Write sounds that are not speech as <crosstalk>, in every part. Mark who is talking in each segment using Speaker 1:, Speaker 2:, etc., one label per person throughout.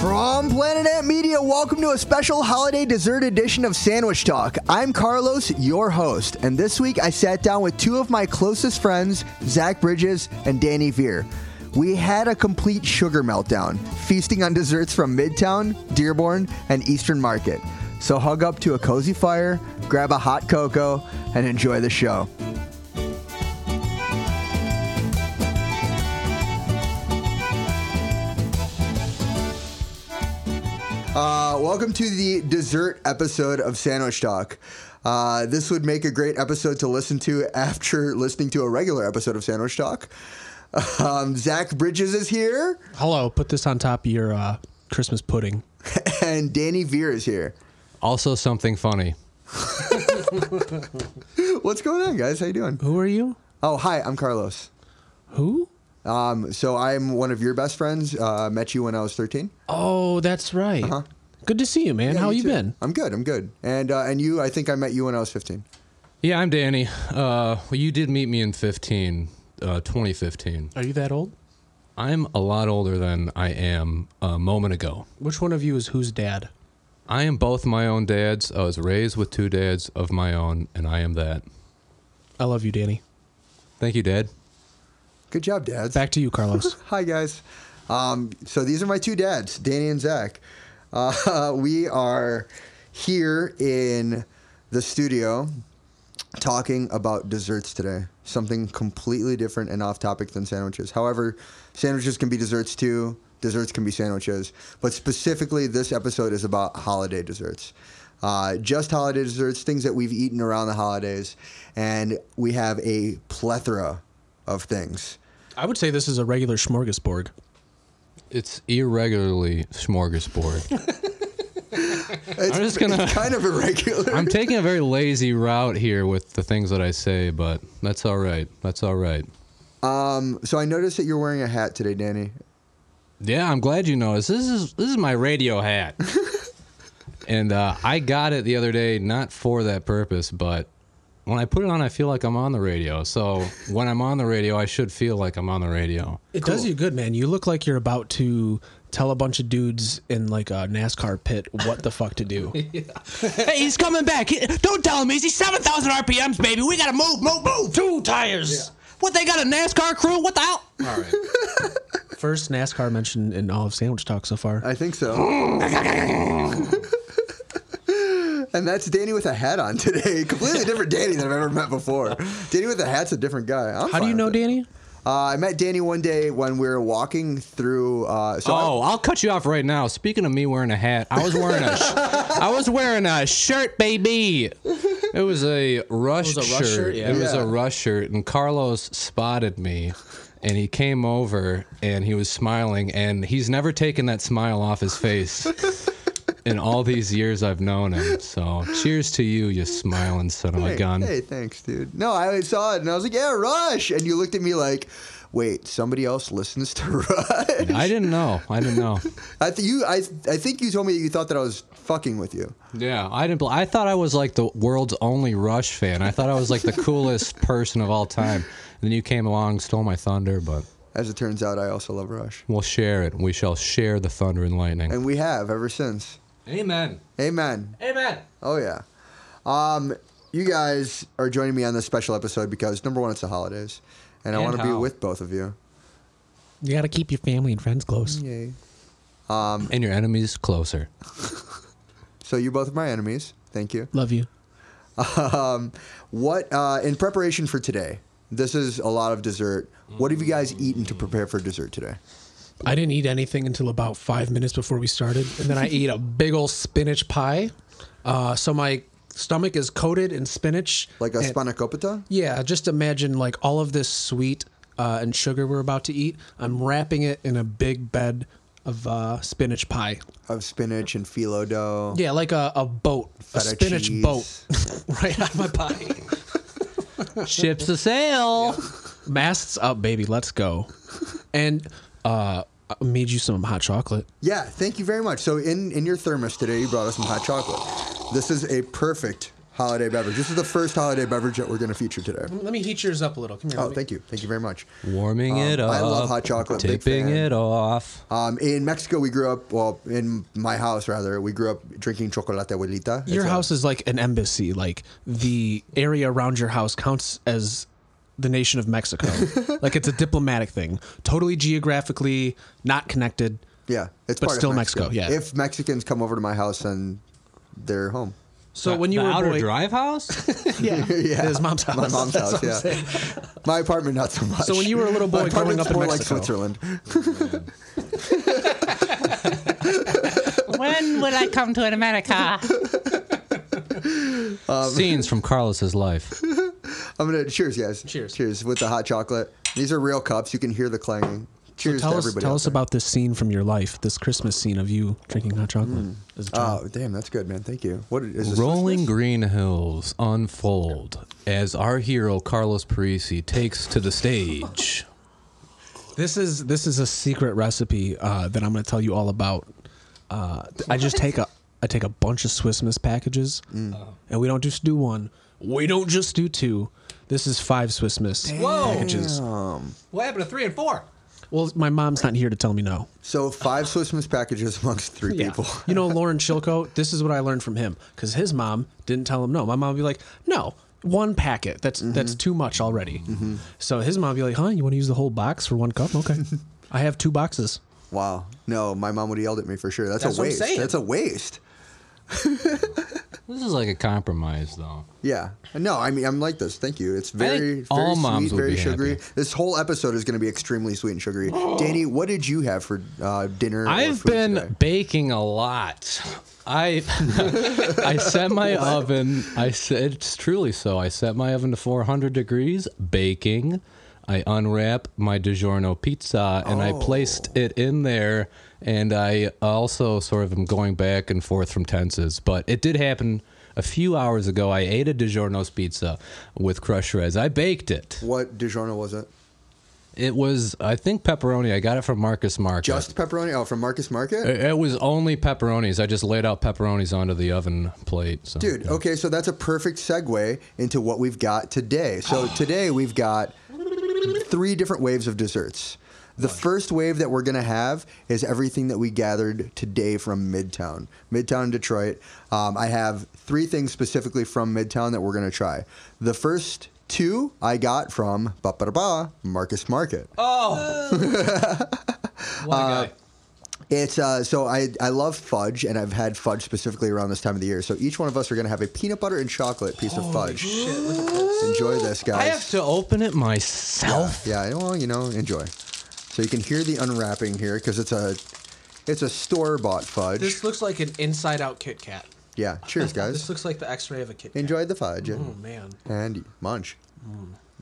Speaker 1: From Planet Ant Media, welcome to a special holiday dessert edition of Sandwich Talk. I'm Carlos, your host, and this week I sat down with two of my closest friends, Zach Bridges and Danny Veer. We had a complete sugar meltdown, feasting on desserts from Midtown, Dearborn, and Eastern Market. So hug up to a cozy fire, grab a hot cocoa, and enjoy the show. Uh, welcome to the dessert episode of Sandwich Talk. Uh, this would make a great episode to listen to after <laughs> listening to a regular episode of Sandwich Talk. Um, Zach Bridges is here, <laughs>
Speaker 2: Hello, put this on top of your uh, Christmas pudding.
Speaker 1: and Danny Veer is here.
Speaker 3: Also, something funny.
Speaker 1: What's going on, guys? How you doing?
Speaker 2: Who are you?
Speaker 1: Oh, hi. I'm Carlos.
Speaker 2: Who?
Speaker 1: Um, so I'm one of your best friends. Uh, met you when I was 13.
Speaker 2: Oh, that's right. Good to see you, man. How you
Speaker 1: Uh-huh. too.
Speaker 2: been?
Speaker 1: I'm good. I'm good. And uh, and you, I think I met you when I was 15.
Speaker 3: Yeah, I'm Danny. Uh, well, you did meet me in 15, uh, 2015.
Speaker 2: Are you that old?
Speaker 3: I'm a lot older than I am a moment ago.
Speaker 2: Which one of you is whose dad?
Speaker 3: I am both my own dads. I was raised with two dads of my own, and I am that.
Speaker 2: I love you, Danny.
Speaker 3: Thank you, Dad.
Speaker 1: Good job, dads.
Speaker 2: Back to
Speaker 1: <laughs>
Speaker 2: you, Carlos.
Speaker 1: Hi, guys. Um, so these are my two dads, Danny and Zach. Uh, <laughs> we are here in the studio talking about desserts today. Something completely different and off topic than sandwiches. However, sandwiches can be desserts too. Desserts can be sandwiches. But specifically, this episode is about holiday desserts. Uh, just holiday desserts, things that we've eaten around the holidays. And we have a plethora of things.
Speaker 2: I would say this is a regular smorgasbord.
Speaker 3: It's irregularly smorgasbord.
Speaker 1: It's,
Speaker 3: just gonna-
Speaker 1: it's kind of irregular.
Speaker 3: I'm taking a very lazy route here with the things that I say, but that's all right. That's all right.
Speaker 1: Um, so I noticed that you're wearing a hat today, Danny.
Speaker 3: Yeah, I'm glad you noticed. This is this is my radio hat, and uh, I got it the other day not for that purpose, but when I put it on, I feel like I'm on the radio. So when I'm on the radio, I should feel like I'm on the radio.
Speaker 2: It does you good, man. You look like you're about to tell a bunch of dudes in like a NASCAR pit what the fuck
Speaker 1: <laughs>
Speaker 2: to do.
Speaker 4: Hey, he's coming back. He- don't tell him he's, he's 7,000 RPMs, baby. We gotta move, move, move. Two tires. What, they got a NASCAR crew? What the hell?
Speaker 3: All right.
Speaker 2: First NASCAR mentioned in all of sandwich talk so far.
Speaker 1: I think <laughs> so. and that's Danny with a hat on today. <laughs> Completely different Danny than I've ever met before. Danny with a hat's a different guy. I'm
Speaker 2: How do
Speaker 1: fine
Speaker 2: you know
Speaker 1: with it.
Speaker 2: Danny?
Speaker 1: Uh, I met Danny one day when we were walking through. Uh, so I-
Speaker 3: Oh, I'll cut you off right now. Speaking of me wearing a hat, I was wearing
Speaker 2: <laughs>
Speaker 3: a, sh- I was wearing a shirt, baby. It was a rush
Speaker 2: It was a
Speaker 3: shirt.
Speaker 2: Rush shirt, yeah.
Speaker 3: It was
Speaker 1: Yeah.
Speaker 3: a rush shirt, and Carlos spotted me, and he came over and he was smiling, and he's never taken that smile off
Speaker 2: <laughs>
Speaker 3: his face. In all these years I've known him, so cheers to you, you smiling son of
Speaker 1: hey,
Speaker 3: a gun.
Speaker 1: hey, thanks, dude. No, I saw it and I was like, yeah, Rush. And you looked at me like, wait, somebody else listens to <laughs> Rush.
Speaker 3: I didn't know. I didn't know.
Speaker 1: I th- you, I, I think you told me you thought that I was fucking with you.
Speaker 3: Yeah, I didn't. bel- I thought I was like the world's only Rush fan. I thought I was
Speaker 1: <laughs>
Speaker 3: like the coolest person of all time. And then you came along, stole my thunder, but
Speaker 1: As it turns out, I also love Rush.
Speaker 3: we'll share it. We shall share the thunder and lightning.
Speaker 1: And we have ever since.
Speaker 3: Amen.
Speaker 1: Amen.
Speaker 3: Amen.
Speaker 1: Oh yeah. Um, you guys are joining me on this special episode because number one, it's the holidays, and, I
Speaker 3: And
Speaker 1: want to be
Speaker 3: how.
Speaker 1: with both of you.
Speaker 2: You gotta keep your family and friends close.
Speaker 1: Yay.
Speaker 3: Um, And your enemies closer.
Speaker 1: So you both are my enemies. Thank you.
Speaker 2: Love you.
Speaker 1: Um, what uh, in preparation for today? This is a lot of dessert. What have you guys eaten to prepare for dessert today?
Speaker 2: I didn't eat anything until about five minutes before we started, and
Speaker 3: <laughs>
Speaker 2: then I ate a big old spinach pie. Uh, so my stomach is coated in spinach.
Speaker 1: Like a
Speaker 2: and-
Speaker 1: spanakopita?
Speaker 2: Yeah, just imagine like all of this sweet uh, and sugar we're about to eat. I'm wrapping it in a big bed of uh, spinach pie.
Speaker 1: of spinach and phyllo dough.
Speaker 2: Yeah, like a, a boat,
Speaker 1: Feta
Speaker 2: a spinach
Speaker 1: cheese.
Speaker 2: boat, <laughs> right on my pie.
Speaker 3: <laughs> Ships a sail.
Speaker 2: Masts up, baby. Let's go. And uh, I made you some hot chocolate.
Speaker 1: Yeah, thank you very much. So in in your thermos today, you brought us some hot chocolate. This is a perfect holiday beverage. This is the first holiday beverage that we're going to feature today.
Speaker 2: Let me heat yours up a little. Come here.
Speaker 1: Oh, thank you, thank you very much.
Speaker 3: Warming
Speaker 1: Um,
Speaker 3: it up.
Speaker 1: I love hot chocolate, big
Speaker 3: Tipping
Speaker 1: fan.
Speaker 3: it off.
Speaker 1: Um, in Mexico, we grew up. Well, in my house rather, we grew up drinking chocolate abuelita.
Speaker 2: Your
Speaker 1: It's a-
Speaker 2: house is like an embassy. Like the area around your house counts as the nation of
Speaker 1: <laughs>
Speaker 2: Mexico. like it's a diplomatic thing. Totally geographically not connected.
Speaker 1: yeah, it's
Speaker 2: but
Speaker 1: part of
Speaker 2: still Mexico, yeah.
Speaker 1: if Mexicans come over to my house and they're home.
Speaker 2: So when you
Speaker 3: the
Speaker 2: were a
Speaker 3: outer
Speaker 2: boy,
Speaker 3: drive house.
Speaker 2: <laughs> yeah,
Speaker 1: <laughs> Yeah,
Speaker 2: his mom's house.
Speaker 1: My mom's
Speaker 2: <laughs> That's
Speaker 1: house.
Speaker 2: what I'm
Speaker 1: Yeah,
Speaker 2: saying.
Speaker 1: my apartment not so much.
Speaker 2: So when you were a little boy
Speaker 1: my
Speaker 2: growing
Speaker 1: apartment's
Speaker 2: up in
Speaker 1: more
Speaker 2: Mexico,
Speaker 1: like Switzerland.
Speaker 5: When will I come to America?
Speaker 3: Scenes from Carlos's life.
Speaker 1: I'm gonna cheers, guys.
Speaker 2: Cheers.
Speaker 1: Cheers with the hot chocolate. These are real cups. You can hear the clanging. Cheers
Speaker 2: tell
Speaker 1: to
Speaker 2: us,
Speaker 1: everybody.
Speaker 2: tell
Speaker 1: out
Speaker 2: us
Speaker 1: there.
Speaker 2: about this scene from your life, this Christmas scene of you drinking hot chocolate. as a child.
Speaker 1: Oh, damn, that's good, man. Thank you. What is this?
Speaker 3: Rolling green hills unfold as our hero Carlos Parisi takes to the stage.
Speaker 2: This is this is a secret recipe uh, that I'm going to tell you all about. Uh, I just take a I take a bunch of Swiss Miss packages, and we don't just do one. We don't just do two. This is five Swiss Miss packages.
Speaker 3: What happened to three and four?
Speaker 2: Well, my mom's not here to tell me no.
Speaker 1: So five Swiss Miss packages amongst
Speaker 2: <laughs>
Speaker 1: three people.
Speaker 2: you know Lauren Chilco. This is what I learned from him because his mom didn't tell him no. My mom would be like, no. One packet. That's that's too much already. So his mom would be like, "Huh? You want to use the whole box for one cup? Okay, I have two boxes."
Speaker 1: Wow. No, my mom would have yelled at me for sure. That's,
Speaker 2: That's
Speaker 1: a
Speaker 2: what I'm
Speaker 1: waste.
Speaker 2: saying.
Speaker 1: That's a waste.
Speaker 3: This is like a compromise, though.
Speaker 1: Yeah. No, I mean I'm like this. Thank you. It's very, very
Speaker 3: think all
Speaker 1: sweet,
Speaker 3: moms would
Speaker 1: very
Speaker 3: be
Speaker 1: sugry.
Speaker 3: happy.
Speaker 1: This whole episode is going to be extremely sweet and sugary. Danny, what did you have for uh, dinner? or
Speaker 3: I've
Speaker 1: food
Speaker 3: been
Speaker 1: today?
Speaker 3: baking a lot. I <laughs> I set my oven. I said it's truly so. I set my oven to 400 degrees baking. I unwrap my DiGiorno pizza and
Speaker 1: Oh.
Speaker 3: I placed it in there. And I also sort of am going back and forth from tenses, but it did happen a few hours ago. I ate a DiGiorno's pizza with crushed shreds. I baked it.
Speaker 1: What DiGiorno was it?
Speaker 3: It was I think pepperoni. I got it from Marcus Market.
Speaker 1: Just pepperoni. Oh, from Marcus Market.
Speaker 3: It it was only pepperonis. I just laid out pepperonis onto the oven plate. So.
Speaker 1: Dude, okay, so that's a perfect segue into what we've got today. So today we've got three different waves of desserts. The first wave that we're going to have is everything that we gathered today from Midtown, Midtown Detroit. Um, I have three things specifically from Midtown that we're going to try. The first two I got from ba ba da ba Marcus Market.
Speaker 3: Oh!
Speaker 1: <laughs> Uh, It's uh, so I I love fudge and I've had fudge specifically around this time of the year. So each one of us are gonna have a peanut butter and chocolate piece of fudge. Enjoy this, guys.
Speaker 3: I have to open it myself.
Speaker 1: Yeah, well, you know, enjoy. So you can hear the unwrapping here because it's a it's a store bought fudge.
Speaker 2: This looks like an inside out Kit Kat.
Speaker 1: yeah, cheers,
Speaker 2: This
Speaker 1: guys.
Speaker 2: looks like the x ray of a Kit Kat.
Speaker 1: Enjoy the fudge
Speaker 2: Oh,
Speaker 1: and,
Speaker 2: man.
Speaker 1: and munch.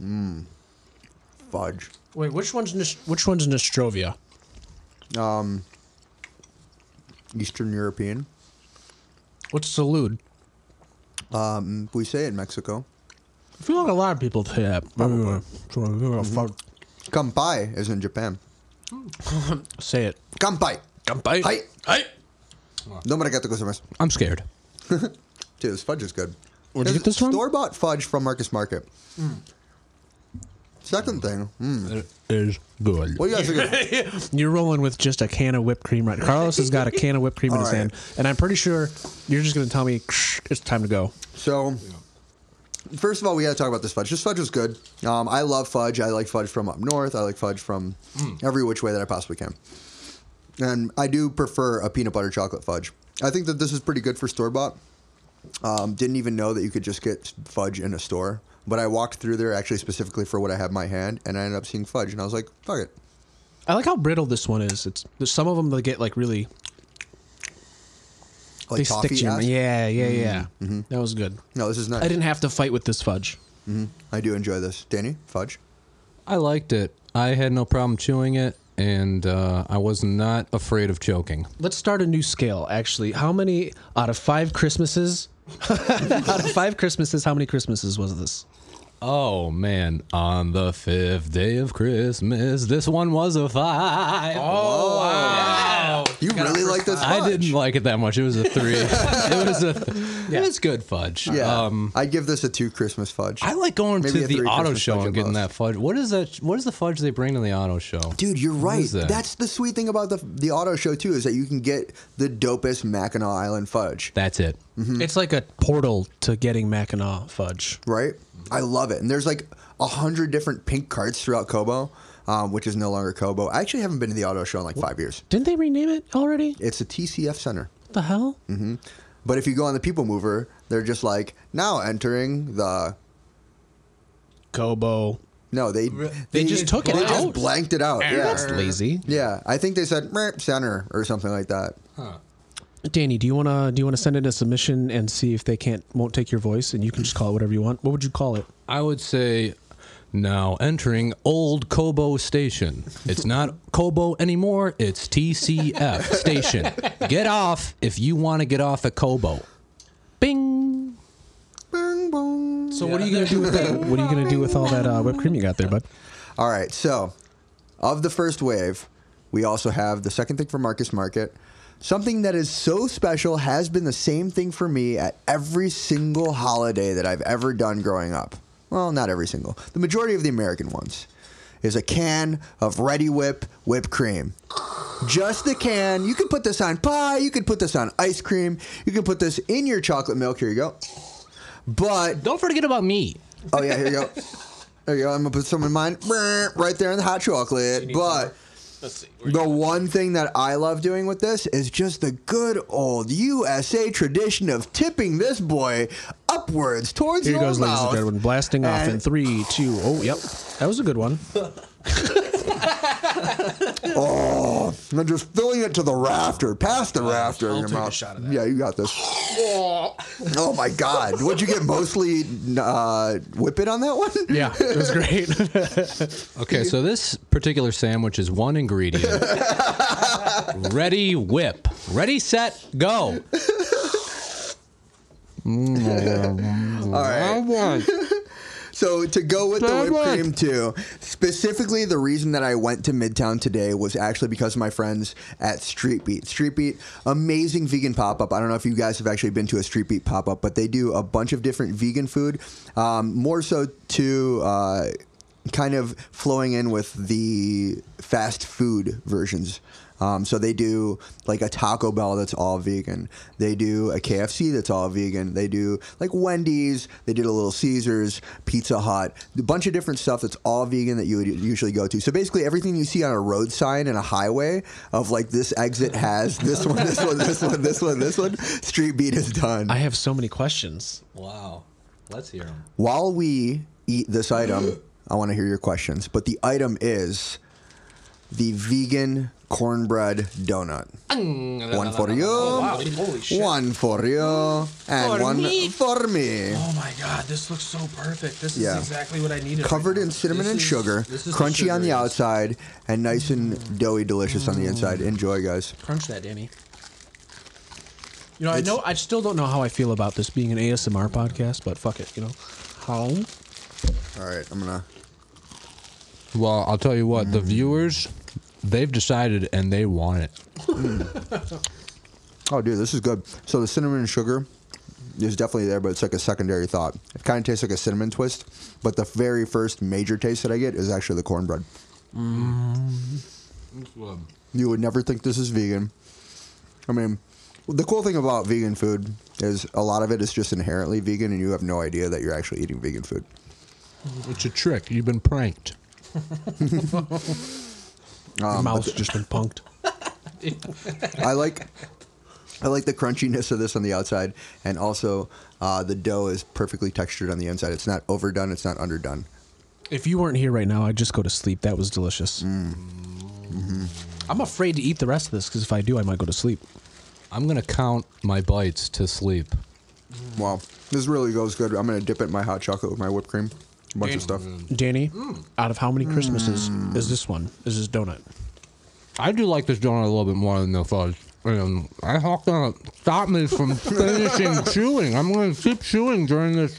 Speaker 1: Mmm, fudge.
Speaker 2: Wait, which one's Nis- which one's Nostrovia?
Speaker 1: Eastern European.
Speaker 2: What's Salud?
Speaker 1: Mm, We say it in Mexico.
Speaker 2: I feel like a lot of people say that.
Speaker 1: Kampai is in Japan.
Speaker 2: Say it.
Speaker 1: Kampai.
Speaker 2: Kampai.
Speaker 1: Hi. Hi. No marigato customers.
Speaker 3: I'm scared.
Speaker 1: Dude, this fudge is good.
Speaker 2: Where'd you get this from? Hmm.
Speaker 1: Store bought fudge from Marcus Market. Second thing, mm,
Speaker 3: It is good.
Speaker 1: what do you guys think? Of,
Speaker 2: You're rolling with just a can of whipped cream, right? Carlos has got a can of whipped cream in
Speaker 1: All
Speaker 2: his
Speaker 1: right.
Speaker 2: hand, and I'm pretty sure you're just going to tell me it's time to go.
Speaker 1: so, first of all, we got to talk about this fudge. This fudge is good. Um, I love fudge. I like fudge from up north. I like fudge from every which way that I possibly can. And I do prefer a peanut butter chocolate fudge. I think that this is pretty good for store bought. Um, didn't even know that you could just get fudge in a store, but I walked through there actually specifically for what I had in my hand, and I ended up seeing fudge, and I was like, "Fuck it,
Speaker 2: I like how brittle this one is. It's there's some of them that get like really
Speaker 1: like Mm-hmm,
Speaker 2: they
Speaker 1: toffee."
Speaker 2: stick to your
Speaker 1: ass.
Speaker 2: yeah yeah yeah. That was good.
Speaker 1: No, this is nice.
Speaker 2: I didn't have to fight with this fudge.
Speaker 1: I do enjoy this. Danny, fudge.
Speaker 3: I liked it. I had no problem chewing it, and uh, I was not afraid of choking.
Speaker 2: Let's start a new scale. Actually, how many <laughs> out of five Christmases? out of five Christmases, how many Christmases was this?
Speaker 3: Oh man, on the fifth day of Christmas, this one was a five. Oh,
Speaker 1: You really like this fudge.
Speaker 3: I didn't like it that much. It was
Speaker 1: <laughs>
Speaker 3: a three. it was a. Th- It was good fudge.
Speaker 1: Yeah,
Speaker 3: Um,
Speaker 1: I'd give this a two Christmas fudge.
Speaker 3: I like going
Speaker 1: Maybe
Speaker 3: to
Speaker 1: a
Speaker 3: the
Speaker 1: three
Speaker 3: auto
Speaker 1: Christmas
Speaker 3: show
Speaker 1: fudge
Speaker 3: and
Speaker 1: at
Speaker 3: getting
Speaker 1: most.
Speaker 3: that fudge. What is that? What is the fudge they bring to the auto show?
Speaker 1: Dude, you're right.
Speaker 3: is that?
Speaker 1: That's the sweet thing about the the auto show too is that you can get the dopest Mackinac Island fudge,
Speaker 3: That's it.
Speaker 2: It's like a portal to getting Mackinac fudge.
Speaker 1: right? I love it. And there's like a hundred different pink carts throughout Kobo, um, which is no longer Kobo. I actually haven't been to the auto show in like five years.
Speaker 2: Didn't they rename it already?
Speaker 1: It's a TCF center.
Speaker 2: What the hell?
Speaker 1: But if you go on the People Mover, they're just like now entering the.
Speaker 2: Kobo.
Speaker 1: No, they they,
Speaker 2: just took it
Speaker 1: They just
Speaker 2: out.
Speaker 1: blanked it out.
Speaker 3: That's
Speaker 1: Yeah,
Speaker 3: lazy.
Speaker 1: yeah. I think they said "Meh, center or something like that.
Speaker 2: Danny, do you wanna do you wanna send in a submission and see if they can't won't take your voice and you can just call it whatever you want? What would you call it?
Speaker 3: I would say now entering Old Kobo Station. It's not Kobo anymore, it's TCF
Speaker 1: <laughs>
Speaker 3: Station. Get off if you want to get off at Kobo. Bing.
Speaker 1: Bing, bong.
Speaker 2: So what are you gonna do with that? What are you gonna do with all that uh, whipped cream you got there, bud?
Speaker 1: All right. So, of the first wave, we also have the second thing for Marcus Market. Something that is so special has been the same thing for me at every single holiday that I've ever done growing up. Well, not every single. The majority of the American ones is a can of Ready Whip whipped cream. Just the can. You can put this on pie. You can put this on ice cream. You can put this in your chocolate milk. Here you go. But
Speaker 3: Don't forget
Speaker 2: <laughs>
Speaker 3: about me.
Speaker 1: Oh yeah, here you go. There you go. I'm gonna put some in mine Brr, right there in the hot chocolate. But the one thing that I love doing with this is just the good old USA tradition of tipping this boy upwards towards
Speaker 2: Here
Speaker 1: your
Speaker 2: goes, ladies and
Speaker 1: mouth.
Speaker 2: gentlemen, blasting off in
Speaker 1: And-
Speaker 2: three, two, oh yep. That was a good one.
Speaker 1: and just filling it to the rafter, past the rafter in
Speaker 2: I'll
Speaker 1: your
Speaker 2: take a
Speaker 1: mouth.
Speaker 2: shot of that.
Speaker 1: Yeah, you got
Speaker 2: <laughs>
Speaker 1: this. oh my God! What'd you get? Mostly uh, whip it on that one.
Speaker 2: Yeah, it was great.
Speaker 3: Okay, so this particular sandwich is one <laughs> ingredient. Ready, whip. Ready, set, go.
Speaker 1: All right. So to go with the whipped cream too, specifically the reason that I went to Midtown today was actually because of my friends at Street Beat. Street Beat, amazing vegan pop up. I don't know if you guys have actually been to a Street Beat pop up, but they do a bunch of different vegan food, um, more so to. Uh, Kind of flowing in with the fast food versions. Um, so they do like a Taco Bell that's all vegan. They do a KFC that's all vegan. They do like Wendy's. They did a Little Caesars, Pizza Hut, a bunch of different stuff that's all vegan that you would usually go to. So basically, everything you see on a road sign and a highway of like this exit has this one, this one, this one, this one, this one. Street Beat is done.
Speaker 2: I have so many questions.
Speaker 3: Wow. Let's hear them.
Speaker 1: While we eat this item, I want to hear your questions. But the item is the vegan cornbread donut. One for you.
Speaker 3: Oh,
Speaker 2: Holy
Speaker 1: One for you and one for me.
Speaker 2: Oh my god, this looks so perfect. This
Speaker 1: Yeah.
Speaker 2: what I needed.
Speaker 1: Covered in cinnamon
Speaker 3: This
Speaker 1: and
Speaker 3: is-
Speaker 1: sugar,
Speaker 3: this is the
Speaker 1: crunchy on the
Speaker 3: sugary.
Speaker 1: outside, and nice and doughy, delicious on the inside. Enjoy, guys.
Speaker 2: Crunch that, Danny. You know, I know I still don't know how I feel about this being an ASMR podcast, but fuck it, you know. How?
Speaker 1: All right, I'm gonna.
Speaker 3: Well, I'll tell you what, the viewers, they've decided and they want it.
Speaker 1: Oh, dude, this is good. So the cinnamon and sugar is definitely there, but it's like a secondary thought. It kind of tastes like a cinnamon twist, but the very first major taste that I get is actually the cornbread. You would never think this is vegan. I mean, the cool thing about vegan food is a lot of it is just inherently vegan, and you have no idea that you're actually eating vegan food.
Speaker 3: It's a trick. You've been pranked.
Speaker 2: Your mouth's just been punked.
Speaker 1: Um, <laughs> I like. I like the crunchiness of this on the outside, and also uh, the dough is perfectly textured on the inside. It's not overdone, it's not underdone.
Speaker 2: If you weren't here right now, I'd just go to sleep. That was delicious.
Speaker 1: Mm. Mm-hmm.
Speaker 2: I'm afraid to eat the rest of this because if I do, I might go to sleep.
Speaker 3: I'm going to count my bites to sleep.
Speaker 1: Wow, this really goes good. I'm gonna dip it in my hot chocolate with my whipped cream, a bunch of stuff.
Speaker 2: Danny,
Speaker 1: Mm.
Speaker 2: out of how many Christmases is this one? Is this donut?
Speaker 3: I do like this donut a little bit more than the fudge. Um, And I'm not going to stop me <laughs> from finishing chewing. I'm going to keep chewing during this.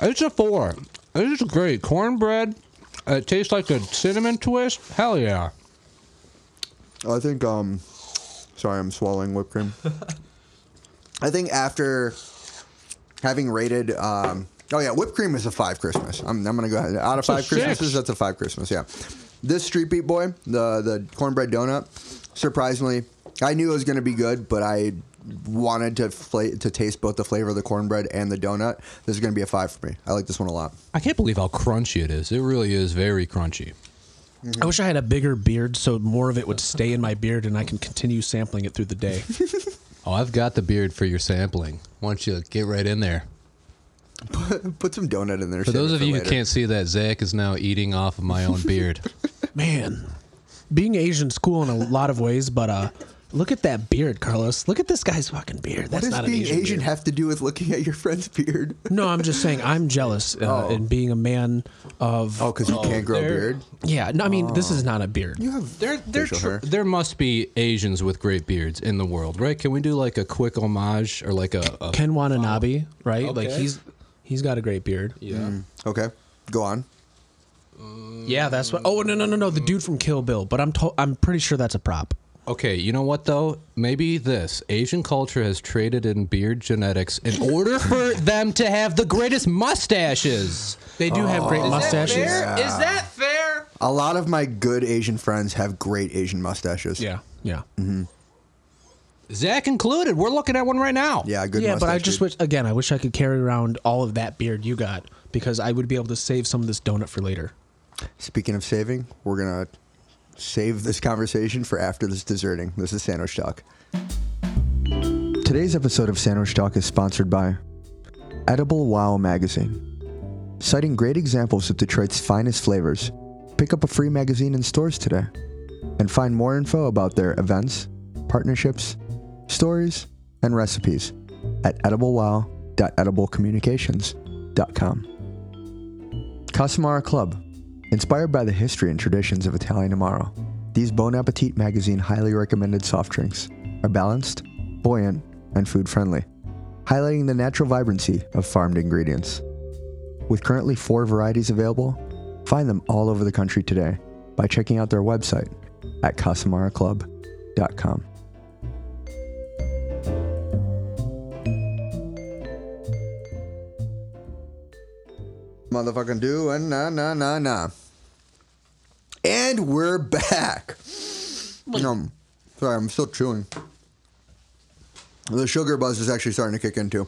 Speaker 3: It's a four. This is great. Cornbread. uh, It tastes like a cinnamon twist. Hell yeah.
Speaker 1: I think. Um, sorry, I'm swallowing whipped
Speaker 3: <laughs>
Speaker 1: cream. I think after having rated, um, oh yeah, whipped cream is a five Christmas. I'm, I'm gonna go ahead. Out of
Speaker 3: a
Speaker 1: five
Speaker 3: six.
Speaker 1: Christmases, that's a five Christmas. Yeah, this Street Beat Boy, the the cornbread donut, surprisingly, I knew it was gonna be good, but I wanted to fla- to taste both the flavor of the cornbread and the donut. This is gonna be a five for me. I like this one a lot.
Speaker 3: I can't believe how crunchy it is. It really is very crunchy.
Speaker 2: I wish I had a bigger beard so more of it would stay in my beard and I can continue sampling it through
Speaker 1: <laughs>
Speaker 2: the day.
Speaker 3: Oh, I've got the beard for your sampling. Why don't you get right in there?
Speaker 1: Put some donut in there.
Speaker 3: For
Speaker 1: save
Speaker 3: those
Speaker 1: it
Speaker 3: of you who
Speaker 1: later.
Speaker 3: can't see that, Zach is now eating off of my own beard.
Speaker 2: Man, being Asian's cool in a lot of ways, but uh, look at that beard, Carlos. Look at this guy's fucking beard.
Speaker 1: What
Speaker 2: That's
Speaker 1: does
Speaker 2: not
Speaker 1: being
Speaker 2: an Asian.
Speaker 1: Asian,
Speaker 2: beard.
Speaker 1: have to do with looking at your friend's beard?
Speaker 2: no, I'm just saying I'm jealous uh,
Speaker 1: Oh.
Speaker 2: in being a man of.
Speaker 1: Oh, because you can't grow a
Speaker 3: there-
Speaker 1: beard.
Speaker 2: Yeah, no, I mean this is not a beard.
Speaker 1: You have
Speaker 3: There, there,
Speaker 1: facial hair.
Speaker 3: there must be Asians with great beards in the world, right? Can we do like a quick homage or like a, a
Speaker 2: Ken Watanabe, right? Like
Speaker 3: Okay.
Speaker 2: he's he's got a great beard.
Speaker 3: yeah?
Speaker 1: Okay, go on.
Speaker 2: Yeah, that's what. Oh no no no no, the dude from Kill Bill. But I'm to, I'm pretty sure that's a prop.
Speaker 3: Okay, you know what though? Maybe this Asian culture has traded in beard genetics in order for them to have the greatest mustaches.
Speaker 2: They do have great mustaches.
Speaker 4: Is that fair?
Speaker 1: A lot of my good Asian friends have great Asian mustaches.
Speaker 2: Yeah yeah
Speaker 3: Zach included. We're looking at one right now.
Speaker 1: yeah, good.
Speaker 2: yeah.
Speaker 1: mustache,
Speaker 2: But I just
Speaker 1: dude.
Speaker 2: wish again. I wish I could carry around all of that beard you got because I would be able to save some of this donut for later.
Speaker 1: Speaking of saving, we're gonna save this conversation for after this deserting. This is Sandwich Talk. Today's episode of Sandwich Talk is sponsored by Edible Wow Magazine. Citing great examples of Detroit's finest flavors, pick up a free magazine in stores today and find more info about their events, partnerships, stories, and recipes at ediblewow.ediblecommunications.com. Casamara Club, Inspired by the history and traditions of Italian Amaro, these Bon Appetit magazine highly recommended soft drinks are balanced, buoyant, and food friendly, highlighting the natural vibrancy of farmed ingredients. With currently four varieties available, find them all over the country today by checking out their website at CasamarClub.com. Motherfucking do and nah nah nah nah. And we're back. Um, sorry, I'm still chewing. The sugar buzz is actually starting to kick in too.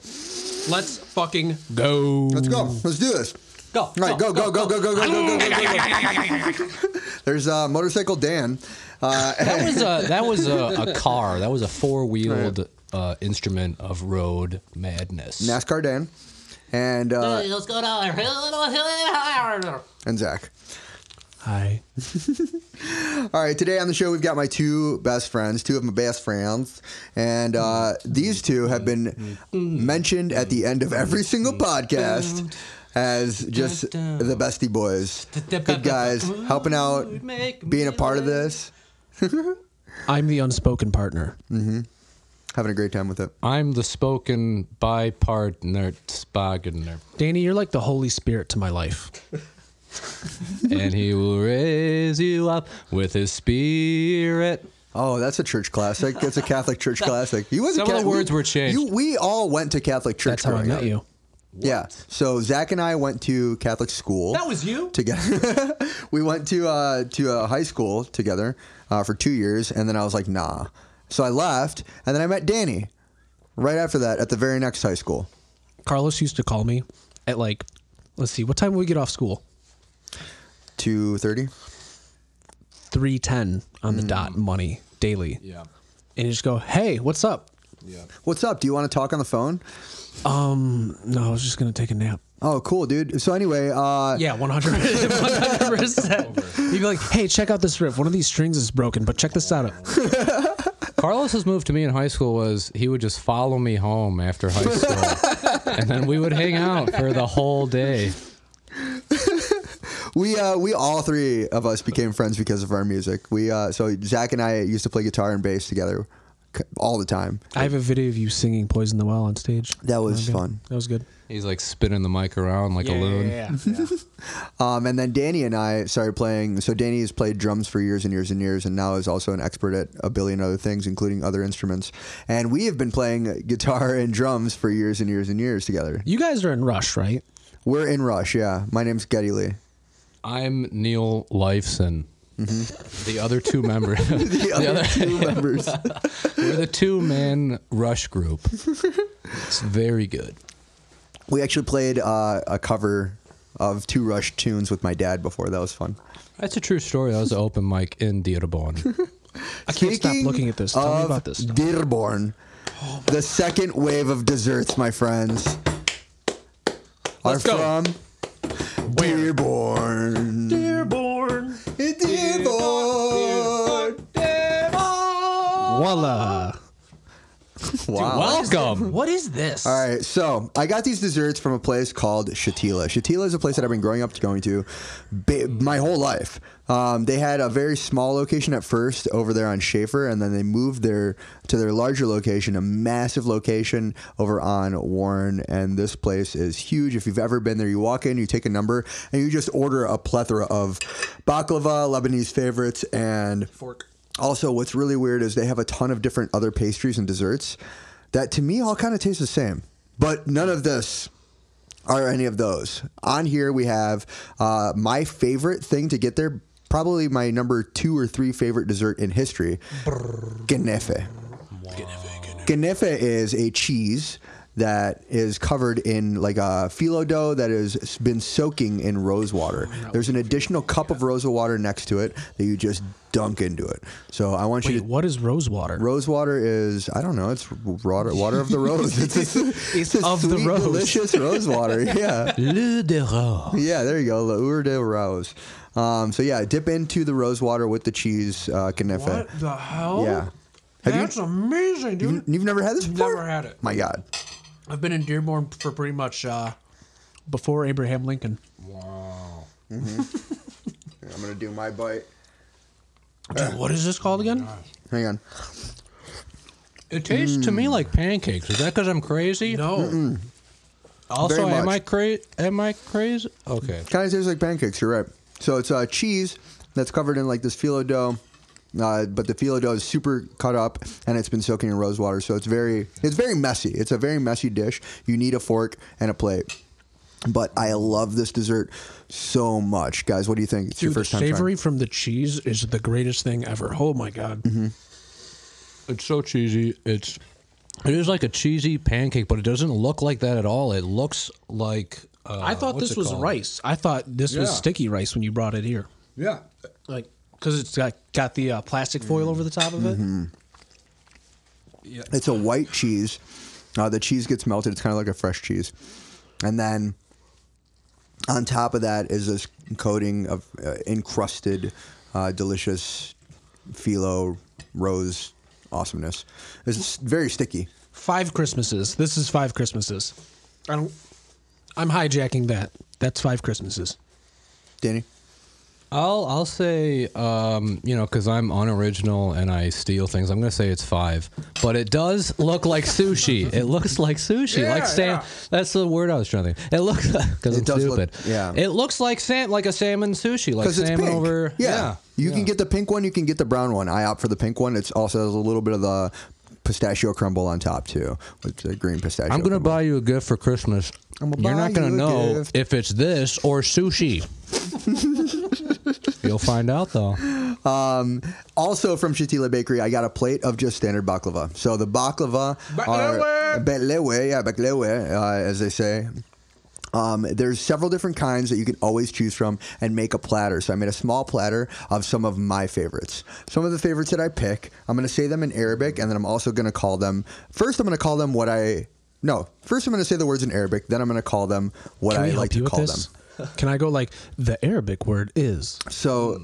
Speaker 2: Let's fucking <laughs> go.
Speaker 1: Let's go. Let's do this.
Speaker 2: Go.
Speaker 1: All right, go, go, go, go, go, go, go, go, go, go, go. There's uh, motorcycle Dan. Uh,
Speaker 3: That was a that was
Speaker 1: <laughs>
Speaker 3: a, a car. That was a four wheeled uh, instrument of road madness.
Speaker 1: NASCAR Dan, and uh,
Speaker 4: Let's go down
Speaker 1: and Zach.
Speaker 2: Hi.
Speaker 1: All right, today on the show we've got my two best friends, two of my best friends, and uh, these two have been mentioned at the end of every single podcast as just the bestie boys, good guys, helping out, being a part of this,
Speaker 2: I'm the unspoken partner.
Speaker 1: having a great time with it.
Speaker 3: I'm the spoken by partner Spagner,
Speaker 2: Danny, you're like the Holy Spirit to my life.
Speaker 3: and he will raise you up with his spirit.
Speaker 1: Oh, that's a church classic. That's a Catholic church classic. You was a
Speaker 3: Some of the
Speaker 1: Catholic-
Speaker 3: words were changed.
Speaker 1: You, we all went to Catholic church.
Speaker 2: That's how I
Speaker 1: growing
Speaker 2: met
Speaker 1: up.
Speaker 2: you.
Speaker 1: Yeah. So Zach and I went to Catholic school.
Speaker 2: was you.
Speaker 1: together. <laughs> we went to uh, to uh, high school together uh, for two years, and then I was like, nah. So I left, and then I met Danny right after that at the very next high school.
Speaker 2: Carlos used to call me at like, let's see, what time would we get off school?
Speaker 1: Two thirty.
Speaker 2: Three ten on
Speaker 1: Hmm.
Speaker 2: the dot, money daily.
Speaker 3: Yeah.
Speaker 2: And you just go, hey, what's up?
Speaker 3: Yeah.
Speaker 1: What's up? Do you want to talk on the phone?
Speaker 2: Um, no, I was just gonna take a nap.
Speaker 1: Oh, cool, dude. So anyway, uh,
Speaker 2: Yeah, <laughs> one hundred percent. You'd be like, hey, check out this riff. One of these strings is broken, but check this out.
Speaker 3: Carlos's move to me in high school was he would just follow me home after <laughs> high school, and then we would hang out for the whole day.
Speaker 1: we uh, we all three of us became friends because of our music. We uh, so Zach and I used to play guitar and bass together c- all the time.
Speaker 2: I have a video of you singing "Poison the Well" on stage.
Speaker 1: That was
Speaker 2: Okay.
Speaker 1: fun.
Speaker 2: That was good.
Speaker 3: He's like spinning the mic around like a loon.
Speaker 1: Um, and then Danny and I started playing. So Danny has played drums for years and years and years, and now is also an expert at a billion other things, including other instruments. And we have been playing guitar and drums for years and years and years together.
Speaker 2: You guys are in Rush, right?
Speaker 1: We're in Rush, yeah. My name's Getty Lee.
Speaker 3: I'm Neil Lifeson. The other two <laughs> members.
Speaker 1: <laughs> The other <laughs> two members.
Speaker 3: We're the two man rush group. It's very good.
Speaker 1: We actually played uh, a cover of two Rush tunes with my dad before. That was fun.
Speaker 3: That's a true story. That was an open mic in Dearborn.
Speaker 2: I can't stop looking at this. Tell me
Speaker 1: of
Speaker 2: about this.
Speaker 1: Dearborn. the second wave of desserts, my friends,
Speaker 3: Let's
Speaker 1: are
Speaker 3: go.
Speaker 1: from Dearborn.
Speaker 2: Dearborn.
Speaker 1: Dearborn.
Speaker 2: Voila.
Speaker 1: Wow.
Speaker 3: Welcome.
Speaker 2: What is this?
Speaker 1: All right, so I got these desserts from a place called Shatila. Shatila is a place that I've been growing up to going to ba- my whole life. Um, they had a very small location at first over there on Schaefer, and then they moved their to their larger location, a massive location over on Warren. And this place is huge. If you've ever been there, you walk in, you take a number, and you just order a plethora of baklava, Lebanese favorites, and fork. Also, what's really weird is they have a ton of different other pastries and desserts that to me all kind of taste the same, but none of this are any of those. On here we have uh, my favorite thing to get there, probably my number two or three favorite dessert in history, ganefe. Ganefe is a cheese that is covered in like a phyllo dough that has been soaking in rose water. There's an additional cup of rose water next to it that you just dunk into it. So I want you
Speaker 2: Wait,
Speaker 1: to
Speaker 2: what is rosewater?
Speaker 1: Rose water is I don't know. It's water, water of the rose.
Speaker 2: <laughs>
Speaker 1: It's, just, it's, just
Speaker 2: of the
Speaker 1: sweet,
Speaker 2: rose.
Speaker 1: delicious rose
Speaker 2: <laughs>
Speaker 1: water. Yeah,
Speaker 3: Le de Rose.
Speaker 1: yeah. There you go, La Ur de Rose. Um, so yeah, dip into the rose water with the cheese uh, canefe.
Speaker 2: the hell?
Speaker 1: Yeah. Have you- That's
Speaker 2: amazing,
Speaker 1: You- You've never had this before?
Speaker 2: Oh, Never had it.
Speaker 1: My God.
Speaker 2: I've been in Dearborn for pretty much uh, before Abraham Lincoln.
Speaker 1: Here, I'm gonna do my bite.
Speaker 2: Dude, what is this called again?
Speaker 1: Hang on.
Speaker 3: It tastes to me like pancakes. Is that because I'm crazy?
Speaker 2: No.
Speaker 3: Also,
Speaker 1: Very
Speaker 3: am
Speaker 1: much.
Speaker 3: I crazy? Am I crazy? Okay.
Speaker 1: Kind of tastes like pancakes. You're right. So it's uh, cheese that's covered in like this phyllo dough. Uh, but the phyllo dough is super cut up, and it's been soaking in rose water, so it's very it's very messy. It's a very messy dish. You need a fork and a plate. But I love this dessert so much, guys. What do you think? It's your
Speaker 2: Dude, the
Speaker 1: first time.
Speaker 2: savory from the cheese is the greatest thing ever. Oh my god.
Speaker 1: Mm-hmm.
Speaker 3: It's so cheesy. It's it is like a cheesy pancake, but it doesn't look like that at all. It looks like uh,
Speaker 2: I thought
Speaker 3: what's
Speaker 2: this
Speaker 3: it
Speaker 2: was
Speaker 3: called?
Speaker 2: rice. I thought this
Speaker 3: Yeah.
Speaker 2: was sticky rice when you brought it here.
Speaker 3: Yeah.
Speaker 2: Like cuz it's got got the uh, plastic foil over the top of it.
Speaker 1: trying. It's a white cheese. Uh, the cheese gets melted. It's kind of like a fresh cheese, and then on top of that is this coating of uh, encrusted, uh, delicious phyllo rose awesomeness. It's very sticky.
Speaker 2: Five Christmases. This is five Christmases. I don't I'm hijacking that. That's five Christmases.
Speaker 1: Danny,
Speaker 3: I'll I'll say um, you know because I'm unoriginal and I steal things. I'm gonna say it's five, but it does look like sushi. it looks like sushi, like Sam. That's the word I was trying to think. It looks <laughs> because
Speaker 1: It
Speaker 3: I'm
Speaker 1: does look-
Speaker 3: stupid.
Speaker 1: yeah.
Speaker 3: it looks like sam like a salmon sushi, like
Speaker 1: because it's
Speaker 3: salmon
Speaker 1: pink.
Speaker 3: over.
Speaker 1: yeah,
Speaker 3: yeah.
Speaker 1: you can get the pink one. You can get the brown one. I opt for the pink one. It's also has a little bit of the pistachio crumble on top too, with the green pistachio.
Speaker 3: I'm gonna
Speaker 1: crumble.
Speaker 3: buy you a gift for Christmas.
Speaker 1: I'm gonna
Speaker 3: You're
Speaker 1: buy
Speaker 3: not gonna
Speaker 1: you a
Speaker 3: know
Speaker 1: gift.
Speaker 3: if it's this or <laughs> sushi. You'll find out though.
Speaker 1: Um, also from Shatila Bakery, I got a plate of just standard baklava. So the baklava are Betlewe, yeah, Betlewe, uh, as they say. Um, there's several different kinds that you can always choose from and make a platter. So I made a small platter of some of my favorites. Some of the favorites that I pick, I'm going to say them in Arabic, and then I'm also going to call them. First, I'm going to call them what I. No, first I'm going to say the words in Arabic. Then I'm going to call them what
Speaker 2: Can
Speaker 1: I
Speaker 2: we
Speaker 1: like
Speaker 2: help you
Speaker 1: to
Speaker 2: with
Speaker 1: call
Speaker 2: this?
Speaker 1: them.
Speaker 2: <laughs> Can I go like the Arabic word is?
Speaker 1: So,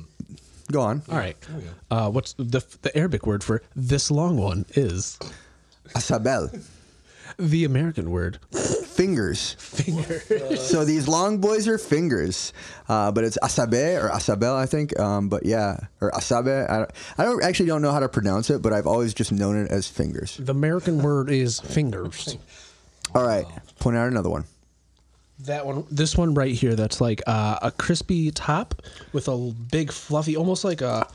Speaker 1: go on.
Speaker 2: All right. Uh, what's the the Arabic word for this long one is?
Speaker 1: Asabel.
Speaker 2: the American word.
Speaker 1: Fingers. Fingers. so these long boys are fingers, uh, but it's asabe or asabel, I think. Um, but yeah, or asabe. I don't, I don't actually don't know how to pronounce it, but I've always just known it as fingers.
Speaker 2: The American word is fingers.
Speaker 1: All right, point out another one.
Speaker 2: That one, this one right here, that's like uh, a crispy top with a l- big fluffy, almost like a.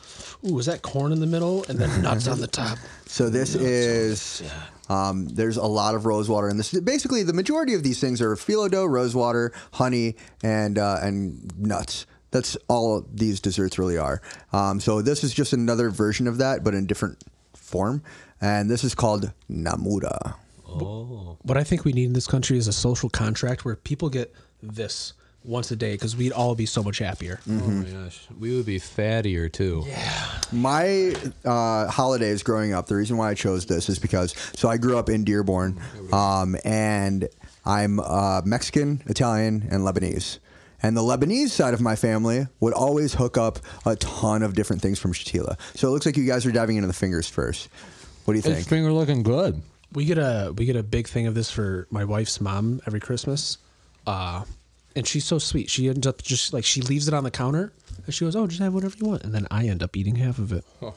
Speaker 2: Ooh, is that corn in the middle and then nuts on the top?
Speaker 1: So this is. Um, there's a lot of rose water in this. Basically, the majority of these things are phyllo dough, rose water, honey, and uh, and nuts. That's all these desserts really are. Um, so this is just another version of that, but in different form. And this is called namura.
Speaker 2: What I think we need in this country is a social contract where people get this once a day because we'd all be so much happier.
Speaker 3: Oh my gosh, we would be fattier too.
Speaker 1: My uh, holidays growing up, the reason why I chose this is because so I grew up in Dearborn, um, and I'm uh, Mexican, Italian, and Lebanese. And the Lebanese side of my family would always hook up a ton of different things from Shatila. So it looks like you guys are diving into the fingers first. What do you
Speaker 3: His
Speaker 1: think?
Speaker 3: finger looking good.
Speaker 2: We get a we get a big thing of this for my wife's mom every Christmas, uh, and she's so sweet. She ends up just like she leaves it on the counter and she goes, "Oh, just have whatever you want," and then I end up eating half of it.
Speaker 3: <laughs> Who,